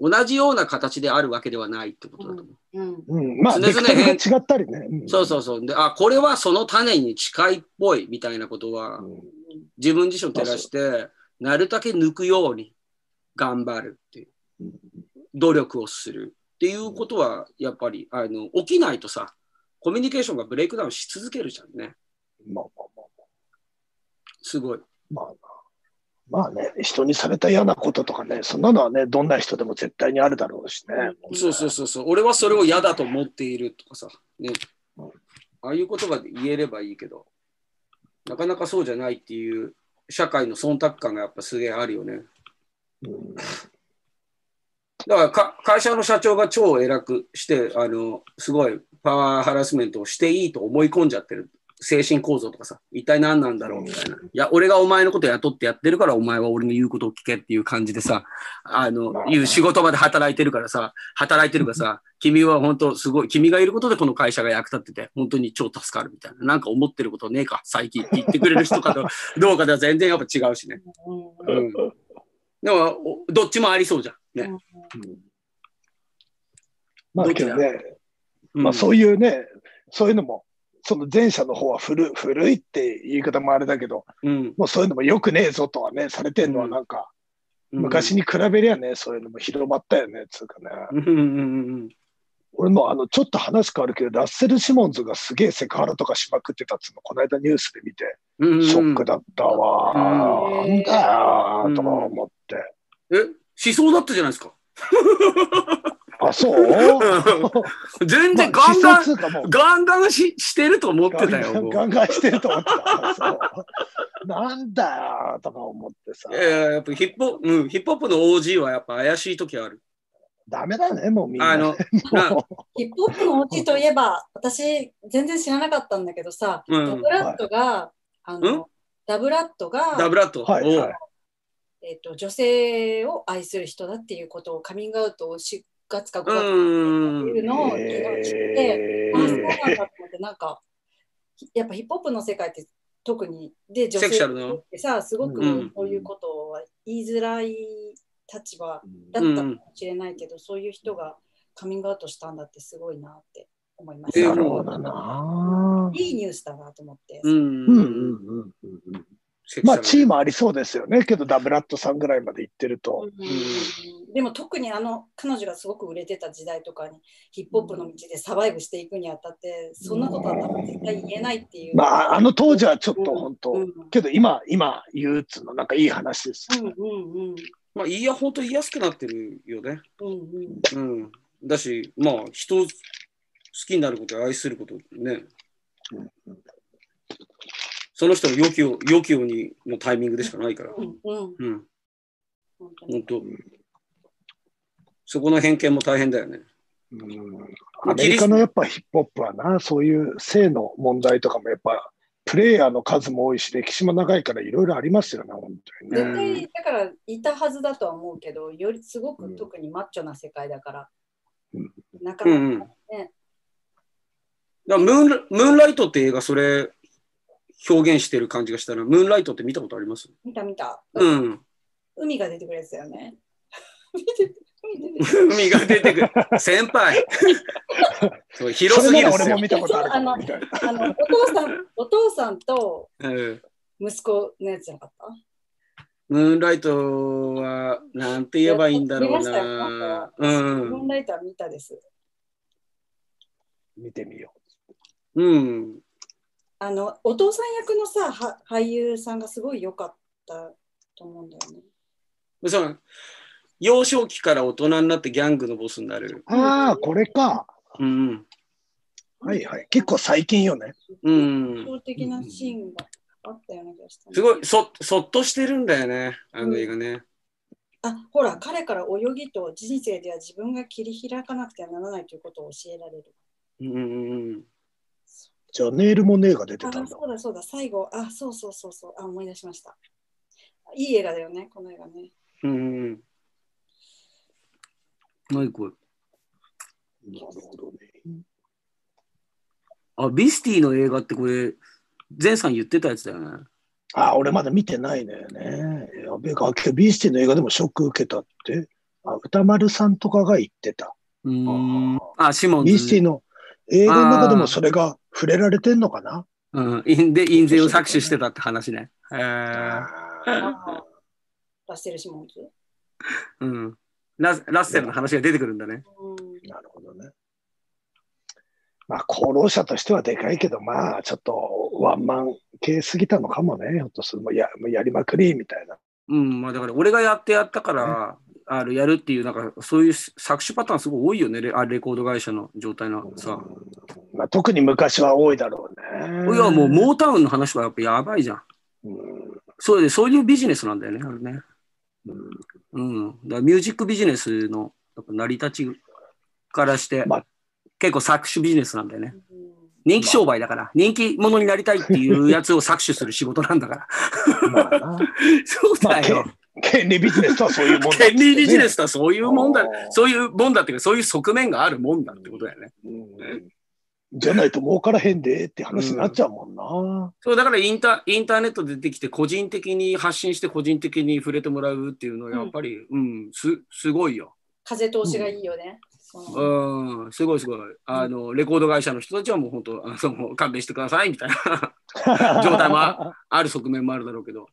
同じような形であるわけではないってことだと思う。うんうん、まあ、常々ベクトルが違ったりね。んそうそうそう。で、あ、これはその種に近いっぽいみたいなことは、うん自分自身を照らして、なるだけ抜くように頑張るっていううん、努力をするっていうことは、やっぱり、あの、起きないとさ、コミュニケーションがブレイクダウンし続けるじゃんね。まあすごい。まあまあまあ、まあね、人にされた嫌なこととかね、そんなのはね、どんな人でも絶対にあるだろうしね。そうそうそうそう。俺はそれを嫌だと思っているとかさ、ね。ああいうことが言えればいいけど、なかなかそうじゃないっていう社会の忖度感がやっぱすげえあるよね。うんだからか会社の社長が超偉くしてあのすごいパワーハラスメントをしていいと思い込んじゃってる精神構造とかさ一体何なんだろうみたいな、いや俺がお前のこと雇ってやってるからお前は俺の言うことを聞けっていう感じでさあのいう仕事場で働いてるからさ働いてるからさ君は本当すごい君がいることでこの会社が役立ってて本当に超助かるみたいななんか思ってることねえか最近って言ってくれる <laughs> 人かとどうかでは全然やっぱ違うしね、うんうん、でもおどっちもありそうじゃんね、まあ、どっちけだどね、うんまあ、そういうね、そういうのも、その前者の方は古古いって言い方もあれだけど、うんもうそういうのもよくねえぞとはね、されてるのはなんか、昔に比べりゃね、そういうのも広まったよね、つうかね。うんうんうん俺もあの、ちょっと話変わるけど、ラッセル・シモンズがすげえセクハラとかしまくってたっつうの、この間ニュースで見て、うんうんうんショックだったわうんー、なんだよーとか思って。え思想だったじゃないですかあ、 <laughs> そう全然まあガンガン思想っつうかもうガンガンししてると思ってたよもうガンガンしてると思ってた。そうなんだよとか思ってさい、やいややっぱヒップホ、うん、ヒップホップの OG はやっぱ怪しい時あるダメだね、もうみんな。あのなもヒップホップのお家といえば、私、全然知らなかったんだけどさ、うんダブラッドが、あんのダブラッドが、ダブラットう <laughs> はい、はい。えっと女性を愛する人だっていうことをカミングアウトを4月か5おう月ってんいうのを昨日知って、あそうなんだと思って、なんか、やっぱヒップホップの世界って特に、で、女セクシャ性ルなってさ、すごくうんそういうことは言いづらい立場だーったかもしれないけど、そういう人がカミングアウトしたんだってすごいなって思いましえなたる。ほどな。いいニュースだなと思って。うんうんうんうんうんうんセクまあ、シ地ャ位ルもありそうですよね、けどダブラッドさんぐらいまで行ってると。うんでも特にあの彼女がすごく売れてた時代とかにヒップホップの道でサバイブしていくにあたってそんなことは多分絶対言えないっていう。まあ、あの当時はちょっと本うんう当、んけど今、今言うっつうの、なんかいい話です。うんうんまあいいや本当言いやすくなってるよねうんうんうんだしまあ人を好きになること愛することねその人の要求を要求にのタイミングでしかないからうんうんうん本当に本当。そこの偏見も大変だよね。うんアメリカのやっぱヒップホップはな、そういう性の問題とかもやっぱ、プレイヤーの数も多いし、歴史も長いからいろいろありますよね、本当にね。絶対だからいたはずだとは思うけどよりすごく特にマッチョな世界だから、うんなかうなんかうん。だからムーンラムーンライトって映画それ表現してる感じがしたら、ムーンライトって見たことあります見た見た、うん。海が出てくるやつだよね見て海出てくる海が出てくる。先輩。そう広すぎるっそすれなら俺よも見たことあるかもみたいな。あのお父さんお父さんとうん息子のやつじゃなかったムーンライトはなんて言えばいいんだろう見ましたよなんなか。うんムーン。ライトは見たです。見てみようん。あの、お父さん役のさ、は俳優さんがすごい良かったと思うんだよね。そう。幼少期から大人になってギャングのボスになる。う。ああ、これか。うん。はいはい。結構最近よね。うん印。象的なシーンがあったような気がした、すごいそそっとしてるんだよね、あの映画ね。あ、ほら、彼から泳ぎと人生では自分が切り開かなくてはならないということを教えられる。うんうんうん、じゃあ、ネイルもネイが出てあたん、だ。そうだそうだ、最後、あ、そうそうそうそう、あ、思い出しました。いい映画だよね、この映画ね。うんうんうん。何これなるほどね。あ、ビスティの映画ってこれ、前さん言ってたやつだよね。あ、俺まだ見てないのよね。やべえか、今日ビースティの映画でもショック受けたって。あ、歌丸さんとかが言ってた。うーん。あ、シモンビースティズ。の映画の中でもそれが触れられてんのかなうん。印で、印税を搾取してたって話ね。へーあラッセル・シモンズ。うん。ララッセルの話が出てくるんだね。うんーなるほどね。まあ、功労者としてはでかいけど、まあ、ちょっとワンマン系すぎたのかもね。ひょっとするもうやもうやりまくりみたいな。うん、まあだから俺がやってやったから、あるやるっていう、なんかそういう作詞パターンすごい多いよね、レあレコード会社の状態のさ。まあ、特に昔は多いだろうね。いや、もうモータウンの話とかやっぱやばいじゃん。うん、そうで、そういうビジネスなんだよね、あれね。うんうん。だからミュージックビジネスのやっぱ成り立ちからして、まあ結構作詞ビジネスなんだよね。うん人気商売だから、人気者になりたいっていうやつを搾取する仕事なんだから。まあな、 <laughs> そうまあ、だよ。け権利ビジネスとはそういうもんだ、権利ビジネス。スとはそういうもんだあー、そういうもんだっていうか、そういう側面があるもんだってことだよね。うんじゃないと儲からへんでって話になっちゃうもんな。そうだからインタインターネットでできて、個人的に発信して、個人的に触れてもらうっていうのは、やっぱり、うん、すすごいよ。風通しがいいよね。そのうん、すごいすごい。あの、レコード会社の人たちはもう本当、あのもう勘弁してくださいみたいな、 <laughs> 状態もあある側面もあるだろうけど。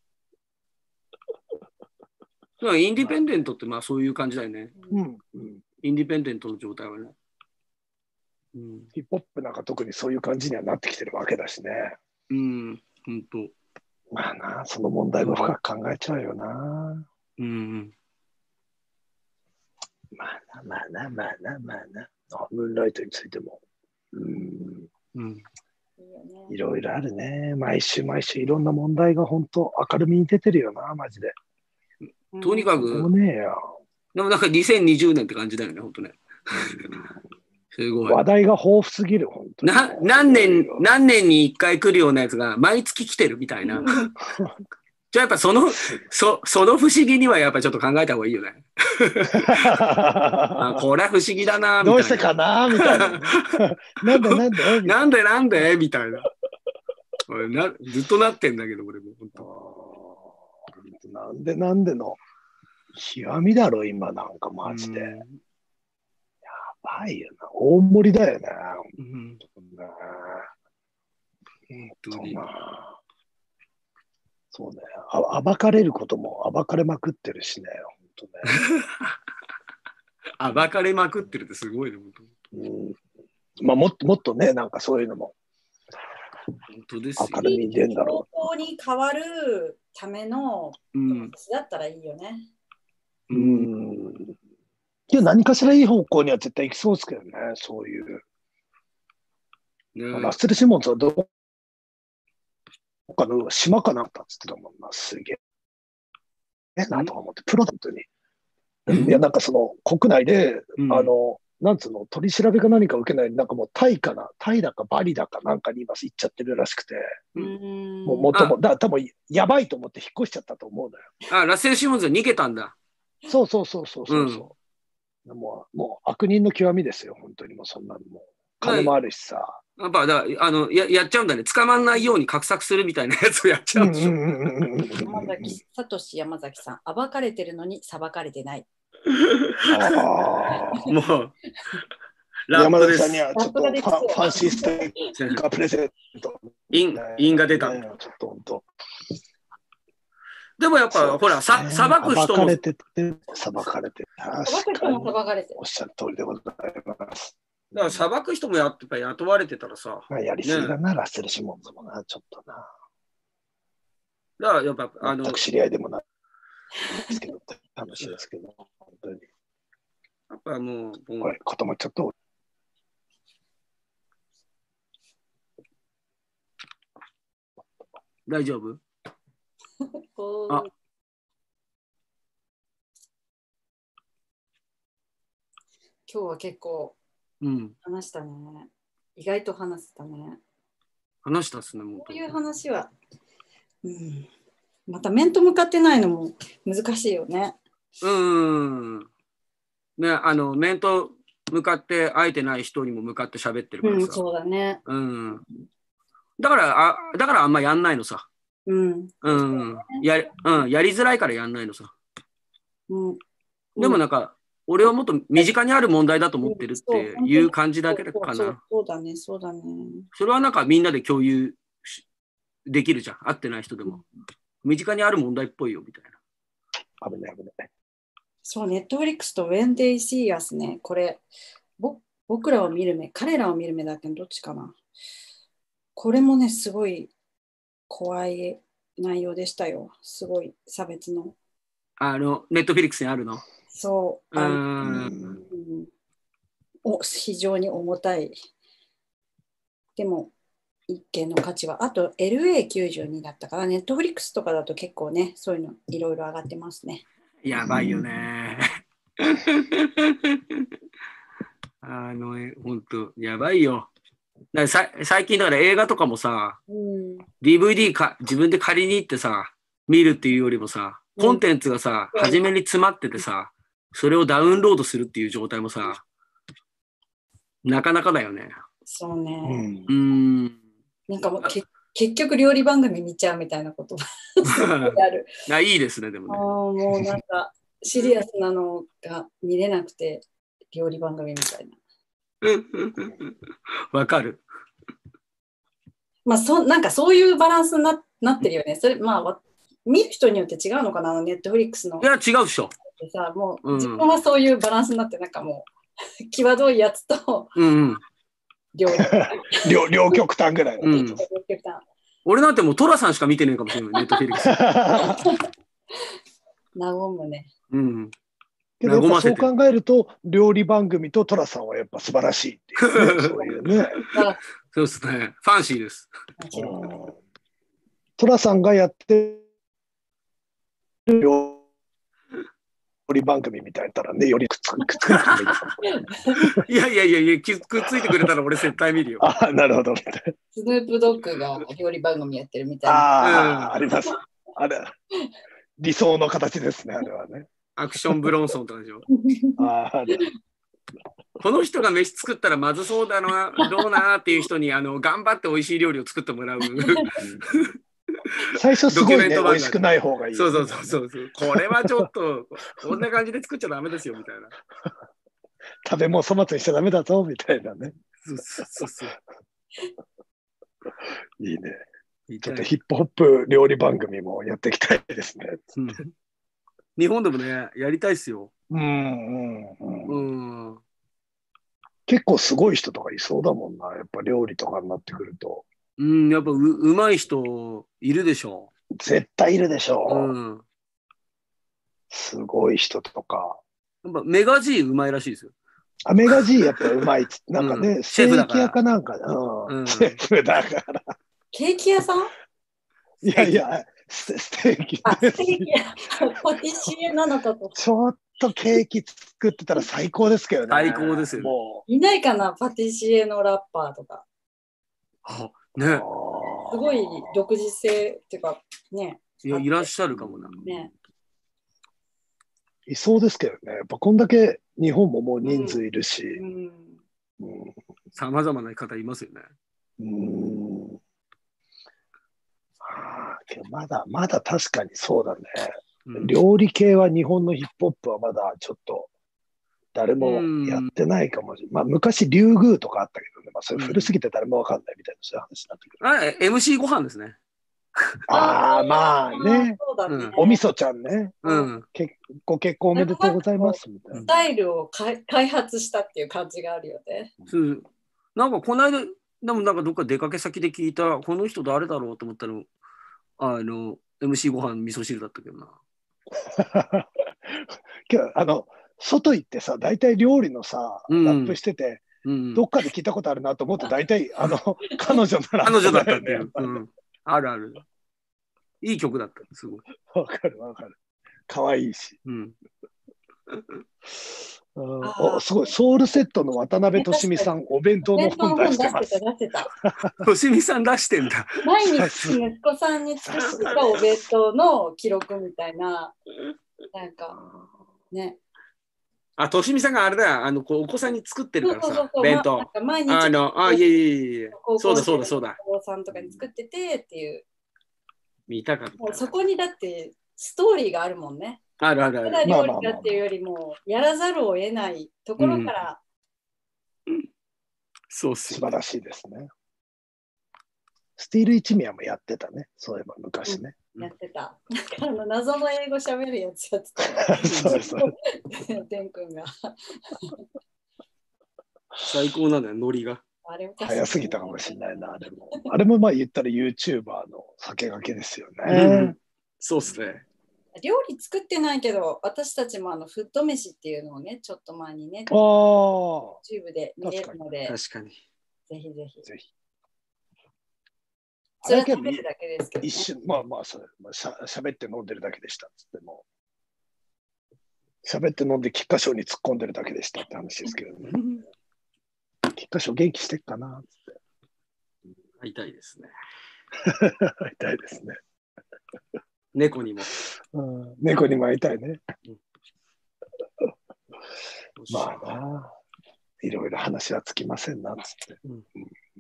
だからインディペンデントって、まあそういう感じだよね。 <laughs> うんうんインディペンデントの状態はね。うん、ヒップホップなんか特にそういう感じにはなってきてるわけだしね。うん、本当。まあな、その問題も深く考えちゃうよな。うん、まあな、まあな、まあな、まあな。あムーンライトについても。うんうん、いいいよねろいろあるね。毎週毎週いろんな問題が本当明るみに出てるよな、マジで。とにかく、もうねえよ。でもなんか2020年って感じだよね、本当ね。 <laughs> すごい。話題が豊富すぎる、本当に。な何 <laughs> 年、何年に1回来るようなやつが毎月来てるみたいな。じゃあやっぱその、そその不思議にはやっぱちょっと考えた方がいいよね。あ、これは不思議だな、みたいな。どうしてかなみ <laughs> たいな。なんでなんでみたいななんでなんでみたいな。俺なずっとなってんだけど、俺も。本あ当ーなんでなんでの極みだろ、今なんかマジで。やばいよな。大盛りだよね。うん。な本当そうに。なそうねあ。暴かれることも暴かれまくってるしね、本暴かれまくってるってすごいね、本当当ね。うんまあ、もっともっとね、なんかそういうのも本当ですよ。明るみに出るんだろ方向に変わるためのうプんロ。セスだったらいいよね。う。う。うんん。いや、何かしらいい方向には絶対行きそうですけどね、そういう。ねラッセル・シモンズはどこかの島かなんかっつってたもんな、すげえ。え、なんとか思って、プロだったに。うんいや、なんかその、国内で、うんあの、なんつうの、取り調べか何か受けない、なんかもうタイかな、タイだかバリだかなんかに今行っちゃってるらしくて、うんんもう元も、だから多分やばいと思って引っ越しちゃったと思うのよ。あ、ラッセル・シモンズは逃げたんだ。そうそうそうそうそうそう、もう。もう悪人の極みですよ、本当にもうそんなのもう。金もあるしさ。やっぱだからあのややっちゃうんだね。捕まんないように画策するみたいなやつをやっちゃうんでしょ。うんうんうんうんうん山崎さとし山崎さん、暴かれてるのに裁かれてない。ああ。もう。ラッ山崎プでさすんに。はちょっとファンファンシーステッカープレゼント。インインが出た。ねちょっと本当。でもやっぱほら、さ裁く人裁かもれてって、裁かれて。裁確かれかてにも裁かれてるおっしゃる通りでございます。だから裁く人もやっぱ雇われてたらさ、まあ、やりすぎだな、ラッセル・シモンズもな、ちょっとな。だからやっぱあの全く知り合いでもないですけど、話ですけど、本当に。やっぱもうもこうれ、こともちょっと。大丈夫。こあう今日は結構うん。話したね。意外と話せたね。話したっすね、もうこういう話は、うん、また面と向かってないのも難しいよね。うーん。ね、あの、面と向かって会えてない人にも向かって喋ってるかうらん、さ。そうだね。うん。だから、あだからあんまやんないのさ。うん。うん。やり、うん、やりづらいからやんないのさ。うん。でもなんか、俺はもっと身近にある問題だと思ってるっていう感じだけそうかそうな。そうだね、そうだね。それはなんかみんなで共有しできるじゃん。会ってない人でも。身近にある問題っぽいよ、みたいな。危ない危ない。そう、ネットフリックスと When They See Us ね、これ、ぼ僕らを見る目、彼らを見る目だっけどっちかな。これもね、すごい怖い内容でしたよ。すごい差別の。あの、ネットフィリックスにあるの。そう。うあのん。うんお非常に重たい。でも、一見の価値は。あと、LA92 だったから、ネットフリックスとかだと結構ね、そういうのいろいろ上がってますね。やばいよね。あの、えほんと、やばいよ。だからさ最近だから映画とかもさ、うん、 DVD か自分で借りに行ってさ、見るっていうよりもさ、コンテンツがさ、うん初めに詰まっててさ、それをダウンロードするっていう状態もさ、なかなかだよね。そうね。うんうーん。 <laughs> なんかもうけ <laughs> 結局料理番組見ちゃうみたいなことがある。あいいですね、であーもね。もうなんかシリアスなのが見れなくて料理番組みたいな。 <laughs> わかる。まあそなんかそういうバランスにななってるよね。それまあわ見る人によって違うのかな、ネットフリックスのっいや、違うっしょ。てさ、もううん自分はそういうバランスになって、なんかもう <laughs> 際どいやつとうんうん。料理。両両極端ぐらいの。うん俺なんてもうトラさんしか見てねえかもしれない、ネットフィリックス。なごむね。うん。けどやっ和まぱそせうて考えると料理番組と寅さんはやっぱ素晴らしいっていう <laughs> ね、そういうね。そうですね。ファンシーです。うん寅さんがやってる料理番組みたいだったらね、よりくっつくくっつくなくてもいいですいやいやいやいや、きくっついてくれたら俺絶対見るよ。ああ、なるほどね。スヌープドッグが料理番組やってるみたいな。ああ、うんあります。あれ、理想の形ですね、あれはね。アクションブロンソンとかでしょ。あーこの人が飯作ったらまずそうだな、どうなっていう人に、あの、頑張って美味しい料理を作ってもらう。最初すごいね、ドキュメント番組美味しくない方がいい。そうそうそうそうそう。これはちょっと、こんな感じで作っちゃダメですよ、みたいな。食べ物粗末にしちゃダメだぞ、みたいなね。そうそうそうそう。いいね。ちょっ痛といヒップホップ料理番組もやっていきたいですね。うん <laughs> 日本でもね、やりたいっすよ。うんうんうん、うん。結構すごい人とかいそうだもんな。やっぱ料理とかになってくると。うん、やっぱう、うまい人いるでしょ絶対いるでしょう。う。うん。すごい人とか。やっぱメガ G うまいらしいですよ。アメガジーやっぱうまいっつ。なんか <laughs> うね、んステーキ屋かなんかからううんん。シェフだから。ケーキ屋さんいやいや、スステーキあ、でスすテーキ屋、パティシエなのかと。ちょっとケーキ作ってたら最高ですけどね。最高ですよもいないかな、パティシエのラッパーとか。あう。ねすごい独自性っていうか、ね。いやいらっしゃるかもな。ねいそうですけどね。やっぱこんだけ日本ももう人数いるし。うん、うんさまざまな方いますよね。うーんあーけどまだまだ確かにそうだね、うん料理系は日本のヒップホップはまだちょっと誰もやってないかもしれない、まあ、昔リュウグウとかあったけどね、まあ、それ古すぎて誰もわかんないみたいなそういう話になってくる、あえ MC ご飯ですね。ああまあね。そうだね。おみそちゃんねうん。ご結婚おめでとうございますみたいう <laughs> んなスタイルをかい開発したっていう感じがあるよね。そうなんかこの間、でもなんかどっか出かけ先で聞いた、この人誰だろうと思ったら、あの、MC ご飯味噌汁だったけどな。けどあの外行ってさ大体料理のさラうんップしてて、うん。どっかで聞いたことあるなと思って、大体、 <laughs> あの、彼女なら。彼女だったっていよねう。うん。あるある。いい曲だった。すごい。わかるわかる。可愛いし。うん。うんあーおすごい、ソウルセットの渡辺俊美さん、お弁当の本出してま出してす。た、出してた。としみさん出してんだ。毎日息子さんに作ってたお弁当の記録みたいな、なんかね、あ、としみさんがあれだよ、あの、こうお子さんに作ってるからそうそうさそ、うまあ弁なん当。か毎日あの、あ、いえいえいえ高。校生そうだそうだそうだ。お坊さんとかに作っててっていう見たかっもうたそ。こにだってストーリーがあるもんねあるあるたあだる。料理だっていうよりもやらざるを得ないところからそうっす素よ晴ね。らしいですね。スティール一味はもやってたね、そういえば昔ね。やってた、なんかあの謎の英語喋るやつやってた <laughs> そうですデン君が最高なんだよ、ノリが。あれおかしい早すぎたかもしれないな、あれも。あれもまあ言ったら YouTuber の酒がけですようねん。そうっすね。料理作ってないけど私たちもあのフット飯っていうのをねちょっと前にねああ、 YouTube で見れるので確かに。ぜひぜひぜひ。あそれれはけど食べるだけですけど、ね一、瞬、まあまあ、それ、まあ、しゃ喋って飲んでるだけでしたっつっても。喋って飲んで菊花賞に突っ込んでるだけでしたって話ですけどね。菊花賞元気してっかなっつって。会いたいですね。会いたいですね。猫にも。うん、猫にも会いたいね。まあな。いろいろ話はつきませんなっつって。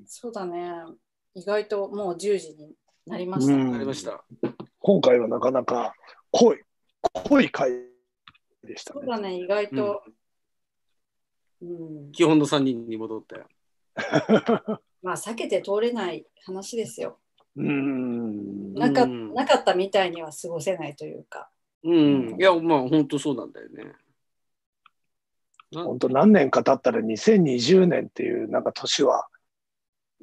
そうだね意外ともう10時になりました、うんありました。今回はなかなか濃い、濃い回でしたそうね。だね意外と、うん基本の3人に戻ったよ。 <laughs> まあ避けて通れない話ですようん。なかうんなかったみたいには過ごせないというかうん。いや、まあ、本当そうなんだよね。本当何年か経ったら2020年っていうなんか年は、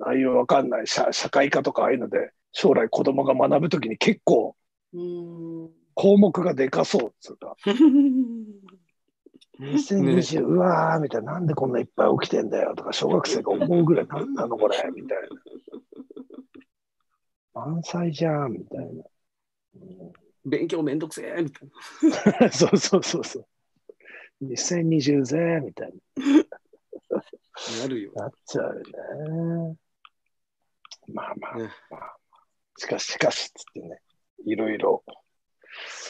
ああいうわかんない社社会科とかああいうので、将来子供が学ぶときに結構うん項目がでかそうっつうか、2020、うわーみたいな、なんでこんないっぱい起きてんだよとか、小学生が思うぐらい、なんなのこれみたいな。満載じゃんみたい <laughs> 勉強めんどくせえみたいな。 <laughs> そうそうそうそう。2020ぜみたいな。なるよ。な。なっちゃうね。まあまあねまあ。しかし、しかし、つってね、いろいろ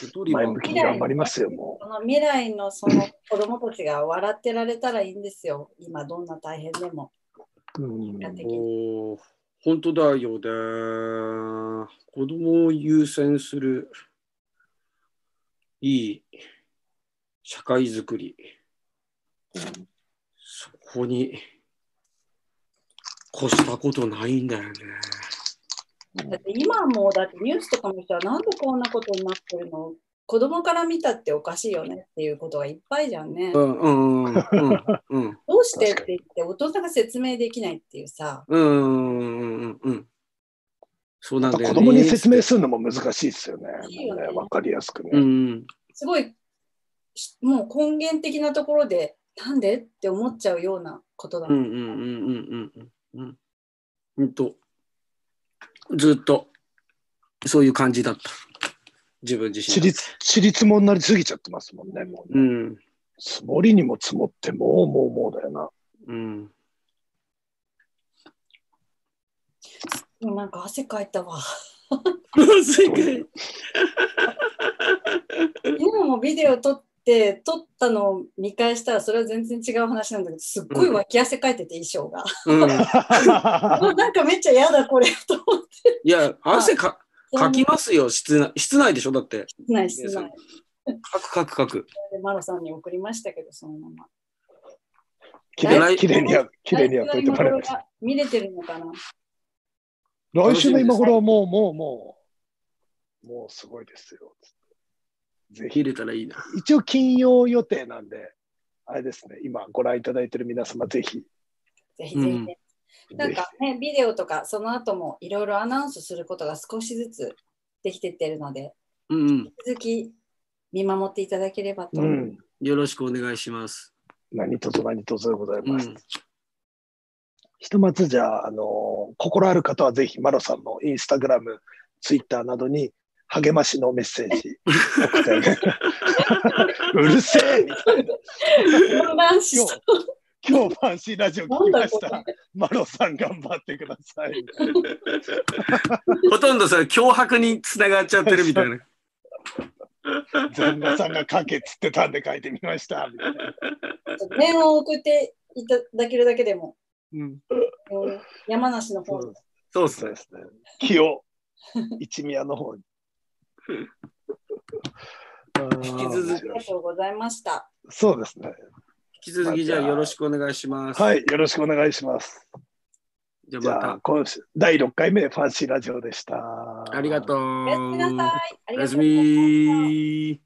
一人前は向きに頑張りますよ、もこの未来のその子供たちが笑ってられたらいいんですよ今どんな大変でもう。うんやってきておー本当だよね。子供を優先するいい社会づくり。そこに越したことないんだよね。だって今はもうだってニュースとかの人はなんでこんなことになってるの子供から見たっておかしいよねっていうことがいっぱいじゃんねう。んうんうんうんうんどうしてって言って大人が説明できないっていうさ。うんうんうんうん。そうなんだよね。子供に説明するのも難しいですよね。難しいよねもうねわかりやすくね。うんすごいしもう根源的なところでなんでって思っちゃうようなことだうもんん、うんうんうんうんうんうん。うんと、ずっと、そういう感じだった。自分自ち身り。ちりつもになりすぎちゃってますもんね。もううねん。積もりにも積もって、もうもうもうだよな。うん。もうなんか汗かいたわ世界今もビデオ撮って撮ったのを見返したらそれは全然違う話なんだけどすっごい脇汗かいてて衣装が、うん。 <laughs> もう <laughs> なんかめっちゃ嫌だこれと思っいや、汗か、てかきますよ、室内。室内でしょだって。ないしないかくかくかく。でマロさんに送りましたけどそのまま綺来麗綺麗にや、綺麗にやっといてもらいま来週した。は今頃が見れてるのかな頃が来週の今頃はもうもうもう、もうすごいですよ。ぜひ入。れたらいいな。一応金曜予定なんで、あれですね、今ご覧いただいてる皆様、ぜひ。ぜひぜひ、うんなんかね、ビデオとかその後もいろいろアナウンスすることが少しずつできてってるので、うんうん。引き続き見守っていただければと。うん。よろしくお願いします。何卒何卒でございうます。ん。ひとまずじゃあ、あの心ある方はぜひ、マロさんのインスタグラム、ツイッターなどに、励ましのメッセージ送ってあ <laughs> げるうるせえみたいな混乱し今そ日う、今日ファンシーラジオ聞きましなた。んマロさん頑張ってください。 <laughs> ほとんどさ、脅迫につながっちゃってるみたいな。旦那さんが書けっつってたんで書いてみました。みたいな面を送っていただけるだけでも、うん。うん山梨の方にそうそっすうで。ねすね。気を一宮の方に。 <laughs> 引きあ続りがとうございました。そうですね。引き続きじゃあよろしくお願いします。はい、よろしくお願いします。じゃじあまゃあ、今週第6回目ファンシーラジオでした。た。ありがとう。おやすみなさい。ありおがやすとうございましたみ。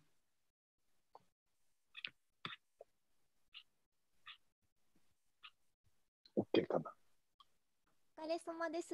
う。OK かな。お疲れ様です。